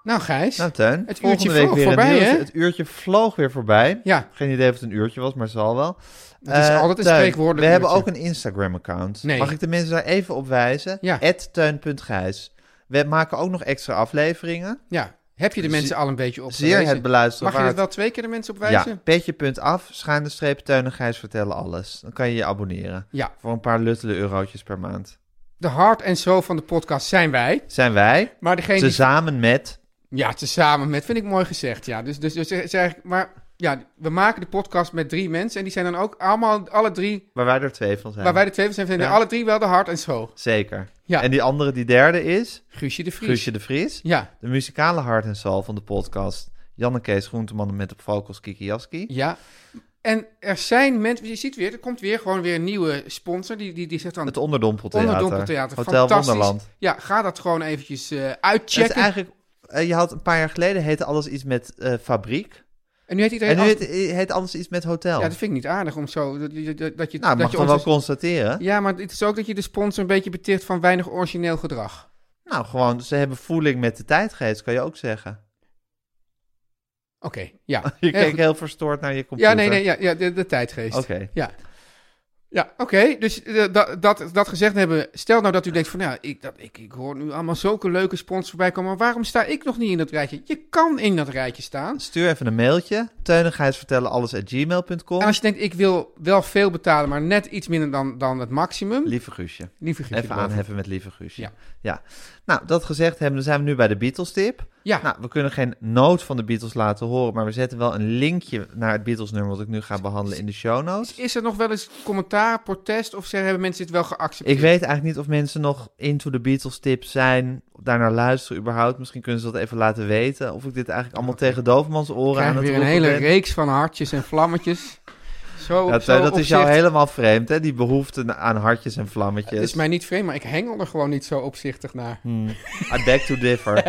Speaker 2: Nou Gijs,
Speaker 1: Nou, Teun,
Speaker 2: Het
Speaker 1: volgende
Speaker 2: uurtje
Speaker 1: week
Speaker 2: vloog
Speaker 1: weer een
Speaker 2: voorbij,
Speaker 1: nieuws.
Speaker 2: hè?
Speaker 1: Het uurtje vloog weer voorbij.
Speaker 2: Ja.
Speaker 1: Geen idee of het een uurtje was, maar het zal wel.
Speaker 2: Dat is
Speaker 1: Eh,
Speaker 2: altijd een
Speaker 1: Teun,
Speaker 2: spreekwoordelijk
Speaker 1: We hebben ook
Speaker 2: uurtje.
Speaker 1: een Instagram-account.
Speaker 2: Nee.
Speaker 1: Mag ik de mensen daar even op wijzen?
Speaker 2: Ja.
Speaker 1: Teun.gijs. We maken ook nog extra afleveringen.
Speaker 2: ja, heb je de mensen al een beetje op
Speaker 1: Zeer
Speaker 2: gewezen?
Speaker 1: het beluisteren
Speaker 2: Mag je dat
Speaker 1: waard.
Speaker 2: wel twee keer de mensen op
Speaker 1: Ja,
Speaker 2: wijzen?
Speaker 1: petje.af, schuine streep, Teun en Gijs vertellen alles. Dan kan je je abonneren.
Speaker 2: Ja.
Speaker 1: Voor een paar luttele eurotjes per maand.
Speaker 2: De hart en zo van de podcast zijn wij.
Speaker 1: Zijn wij,
Speaker 2: Maar degene die
Speaker 1: tezamen met...
Speaker 2: Ja, tezamen met, vind ik mooi gezegd. Ja, dus, dus, dus, het is eigenlijk- maar ja, we maken de podcast met drie mensen. En die zijn dan ook allemaal, alle drie,
Speaker 1: Waar wij er twee van zijn.
Speaker 2: waar wij de twee van zijn, vinden
Speaker 1: Ja.
Speaker 2: alle drie wel de hart en zo.
Speaker 1: Zeker.
Speaker 2: Ja.
Speaker 1: En die andere, die derde is...
Speaker 2: Guusje de Vries.
Speaker 1: Guusje de Vries.
Speaker 2: Ja,
Speaker 1: De muzikale hart en zal van de podcast. Jan en Kees Groenteman met op vocals Kiki Jaski.
Speaker 2: ja. En er zijn mensen, je ziet weer, er komt weer gewoon weer een nieuwe sponsor. Die, die, die zegt dan,
Speaker 1: Het Onderdompeltheater.
Speaker 2: Onderdompeltheater,
Speaker 1: Hotel
Speaker 2: fantastisch.
Speaker 1: Wonderland.
Speaker 2: ja, ga dat gewoon eventjes eh,
Speaker 1: Het is
Speaker 2: uitchecken.
Speaker 1: eigenlijk, eh, je had een paar jaar geleden heette alles iets met eh, fabriek.
Speaker 2: En nu heet iedereen...
Speaker 1: En nu
Speaker 2: als-
Speaker 1: heet, eh, heet anders iets met hotel.
Speaker 2: Ja, dat vind ik niet aardig om zo... Dat, dat- dat, dat je,
Speaker 1: Oh. nou,
Speaker 2: dat
Speaker 1: mag
Speaker 2: je
Speaker 1: toch
Speaker 2: ons
Speaker 1: wel
Speaker 2: als-
Speaker 1: constateren.
Speaker 2: Ja, maar het is ook dat je de sponsor een beetje beticht van weinig origineel gedrag.
Speaker 1: Nou, gewoon, ze hebben voeling met de tijdgeest, kan je ook zeggen.
Speaker 2: Oké, ja.
Speaker 1: Je
Speaker 2: Heel
Speaker 1: keek
Speaker 2: goed.
Speaker 1: heel verstoord naar je computer.
Speaker 2: Ja, nee, nee, ja, ja de, de tijdgeest.
Speaker 1: Oké.
Speaker 2: Ja. Ja, oké. Dus eh, dat, dat, dat gezegd hebben, stel nou dat u denkt van, nou, ik, dat, ik, ik hoor nu allemaal zulke leuke sponsors voorbij komen, maar waarom sta ik nog niet in dat rijtje? Je kan in dat rijtje staan.
Speaker 1: Stuur even een mailtje. Teunigheidsvertellen alles at gmail.com.
Speaker 2: En als je denkt, ik wil wel veel betalen, maar net iets minder dan, dan het maximum,
Speaker 1: Lieve Guusje.
Speaker 2: lieve Guusje
Speaker 1: Even
Speaker 2: erboven.
Speaker 1: aanheffen met lieve Guusje.
Speaker 2: Ja.
Speaker 1: Ja. Nou, dat gezegd hebben, dan zijn we nu bij de Beatles-tip.
Speaker 2: Ja.
Speaker 1: Nou, we kunnen geen nood van de Beatles laten horen, maar we zetten wel een linkje naar het Beatles-nummer wat ik nu ga behandelen in de show notes.
Speaker 2: Is er nog wel eens commentaar, protest of ze- hebben mensen dit wel geaccepteerd?
Speaker 1: Ik weet eigenlijk niet of mensen nog into de Beatles-tip zijn, daarnaar luisteren überhaupt. Misschien kunnen ze dat even laten weten. Of ik dit eigenlijk allemaal tegen doofmans oren aan
Speaker 2: krijgen
Speaker 1: het
Speaker 2: weer een
Speaker 1: roepen
Speaker 2: hele
Speaker 1: ben.
Speaker 2: reeks van hartjes en vlammetjes. Zo,
Speaker 1: Dat,
Speaker 2: zo
Speaker 1: eh, dat is jou
Speaker 2: opzicht-
Speaker 1: helemaal vreemd, hè? Die behoefte na- aan hartjes en vlammetjes.
Speaker 2: Het is mij niet vreemd, maar ik hengel er gewoon niet zo opzichtig naar.
Speaker 1: Hmm. I beg to differ.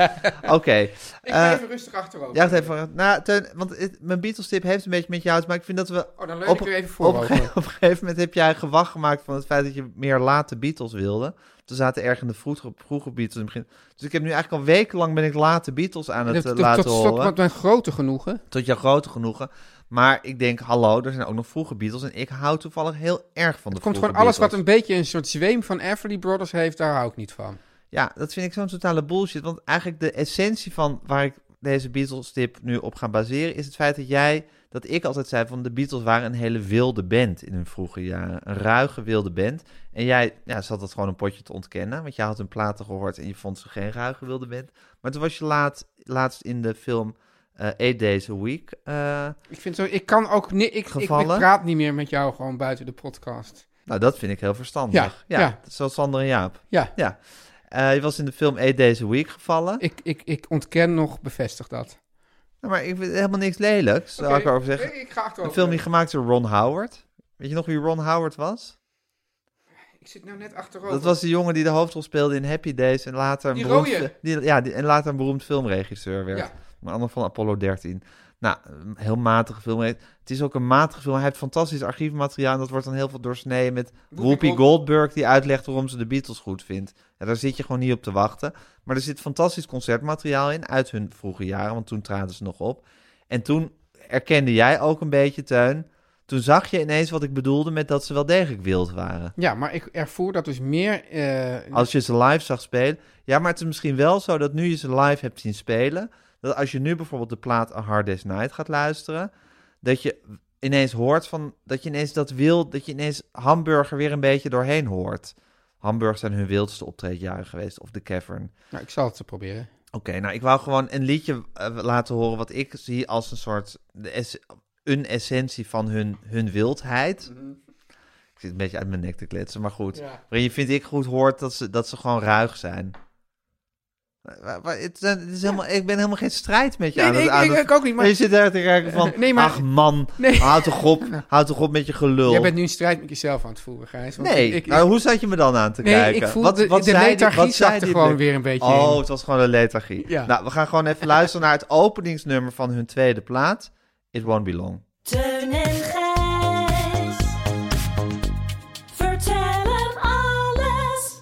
Speaker 1: Oké.
Speaker 2: Ik ga
Speaker 1: eh,
Speaker 2: even rustig achterover.
Speaker 1: Ja, wacht even. Nou, Teun, want het- mijn Beatles-tip heeft een beetje met jou te maken. Ik vind dat we...
Speaker 2: Oh, dan leun
Speaker 1: op,
Speaker 2: ik er even
Speaker 1: op, een
Speaker 2: voorover.
Speaker 1: gegeven, op een gegeven moment heb jij gewacht gemaakt van het feit dat je meer late Beatles wilde. Toen zaten erg in de vroege, vroege Beatles in het begin. Dus ik heb nu eigenlijk al wekenlang ben ik late Beatles aan het
Speaker 2: Dat-
Speaker 1: eh,
Speaker 2: dat-
Speaker 1: laten
Speaker 2: dat is
Speaker 1: horen.
Speaker 2: Tot, tot mijn grote genoegen.
Speaker 1: Tot jouw grote genoegen. Maar ik denk, hallo, er zijn ook nog vroege Beatles. En ik hou toevallig heel erg van de
Speaker 2: Het
Speaker 1: vroege
Speaker 2: komt gewoon alles wat
Speaker 1: Beatles.
Speaker 2: een beetje een soort zweem van Everly Brothers heeft, daar hou ik niet van.
Speaker 1: Ja, dat vind ik zo'n totale bullshit. Want eigenlijk de essentie van waar ik deze Beatles-tip nu op ga baseren... is het feit dat jij, dat ik altijd zei van de Beatles waren een hele wilde band in hun vroege jaren. Een ruige wilde band. En jij ja, zat dat gewoon een potje te ontkennen. Want jij had hun platen gehoord en je vond ze geen ruige wilde band. Maar toen was je laat, laatst in de film eh Eight Days a Week... eh,
Speaker 2: Ik, vind zo, ik kan ook ni- ik, ik, ik
Speaker 1: Gevallen?
Speaker 2: praat niet meer met jou gewoon buiten de podcast.
Speaker 1: nou, dat vind ik heel verstandig.
Speaker 2: Ja,
Speaker 1: Ja,
Speaker 2: ja.
Speaker 1: zoals Sander en Jaap.
Speaker 2: Ja,
Speaker 1: Ja. Eh, je was in de film Eight Days a Week gevallen.
Speaker 2: ik, ik, ik ontken nog, bevestig dat.
Speaker 1: Nou, maar ik vind helemaal niks lelijks, zou ik erover zeggen.
Speaker 2: Nee, ik ga
Speaker 1: Een
Speaker 2: achterover.
Speaker 1: film die gemaakt is door Ron Howard. Weet je nog wie Ron Howard was?
Speaker 2: Ik zit nou net achterover.
Speaker 1: Dat was de jongen die de hoofdrol speelde in Happy Days en later een,
Speaker 2: Die
Speaker 1: beroemd,
Speaker 2: rode.
Speaker 1: fi- die, ja, die- en later een beroemd filmregisseur werd.
Speaker 2: Ja.
Speaker 1: Een ander van Apollo 13. Nou, een heel matige film. Het is ook een matige film. Hij heeft fantastisch archiefmateriaal. En dat wordt dan heel veel doorsneden met Whoopi
Speaker 2: Gold-
Speaker 1: Goldberg... die uitlegt waarom ze de Beatles goed vindt. Ja, daar zit je gewoon niet op te wachten. Maar er zit fantastisch concertmateriaal in uit hun vroege jaren. Want toen traden ze nog op. En toen erkende jij ook een beetje, Teun... Toen zag je ineens wat ik bedoelde met dat ze wel degelijk wild waren.
Speaker 2: Ja, maar ik ervoer dat dus meer... eh,
Speaker 1: Als je ze live zag spelen. Ja, maar het is misschien wel zo dat nu je ze live hebt zien spelen. Dat als je nu bijvoorbeeld de plaat A Hard Day's Night gaat luisteren. Dat je ineens hoort van. Dat je ineens dat wil. Dat je ineens hamburger weer een beetje doorheen hoort. Hamburg zijn hun wildste optreedjaren geweest. Of de Cavern.
Speaker 2: Nou, ik zal het te proberen.
Speaker 1: Oké, nou ik wou gewoon een liedje eh, laten horen wat ik zie als een soort de ess- een essentie van hun, hun wildheid. Ik zit een beetje uit mijn nek te kletsen, maar goed.
Speaker 2: Mhm. Ja.
Speaker 1: Waarin je vind ik goed hoort dat ze, dat ze gewoon ruig zijn. Maar- maar- maar Het, zijn- het is helemaal, Ik ben helemaal geen strijd met je
Speaker 2: Nee,
Speaker 1: aan
Speaker 2: nee,
Speaker 1: het
Speaker 2: ik-
Speaker 1: aan
Speaker 2: ik-
Speaker 1: het-
Speaker 2: ik ook niet, maar-
Speaker 1: Je zit daar te kijken van,
Speaker 2: Nee, maar-
Speaker 1: ach man,
Speaker 2: Nee.
Speaker 1: houd toch op, houd toch op met je gelul.
Speaker 2: Jij bent nu een strijd met jezelf aan het voeren, Gijs. want
Speaker 1: Nee,
Speaker 2: ik- ik-
Speaker 1: nou, hoe zat je me dan aan te
Speaker 2: Nee,
Speaker 1: kijken?
Speaker 2: ik voel de-
Speaker 1: zei
Speaker 2: de
Speaker 1: die- zei
Speaker 2: lethargie zat er
Speaker 1: die
Speaker 2: gewoon
Speaker 1: blik?
Speaker 2: weer een beetje
Speaker 1: Oh,
Speaker 2: in.
Speaker 1: het was gewoon een lethargie.
Speaker 2: Ja.
Speaker 1: Nou, we gaan gewoon even luisteren naar het openingsnummer van hun tweede plaat. It Won't Be Long.
Speaker 4: Teun en Gijs. Vertel hem alles.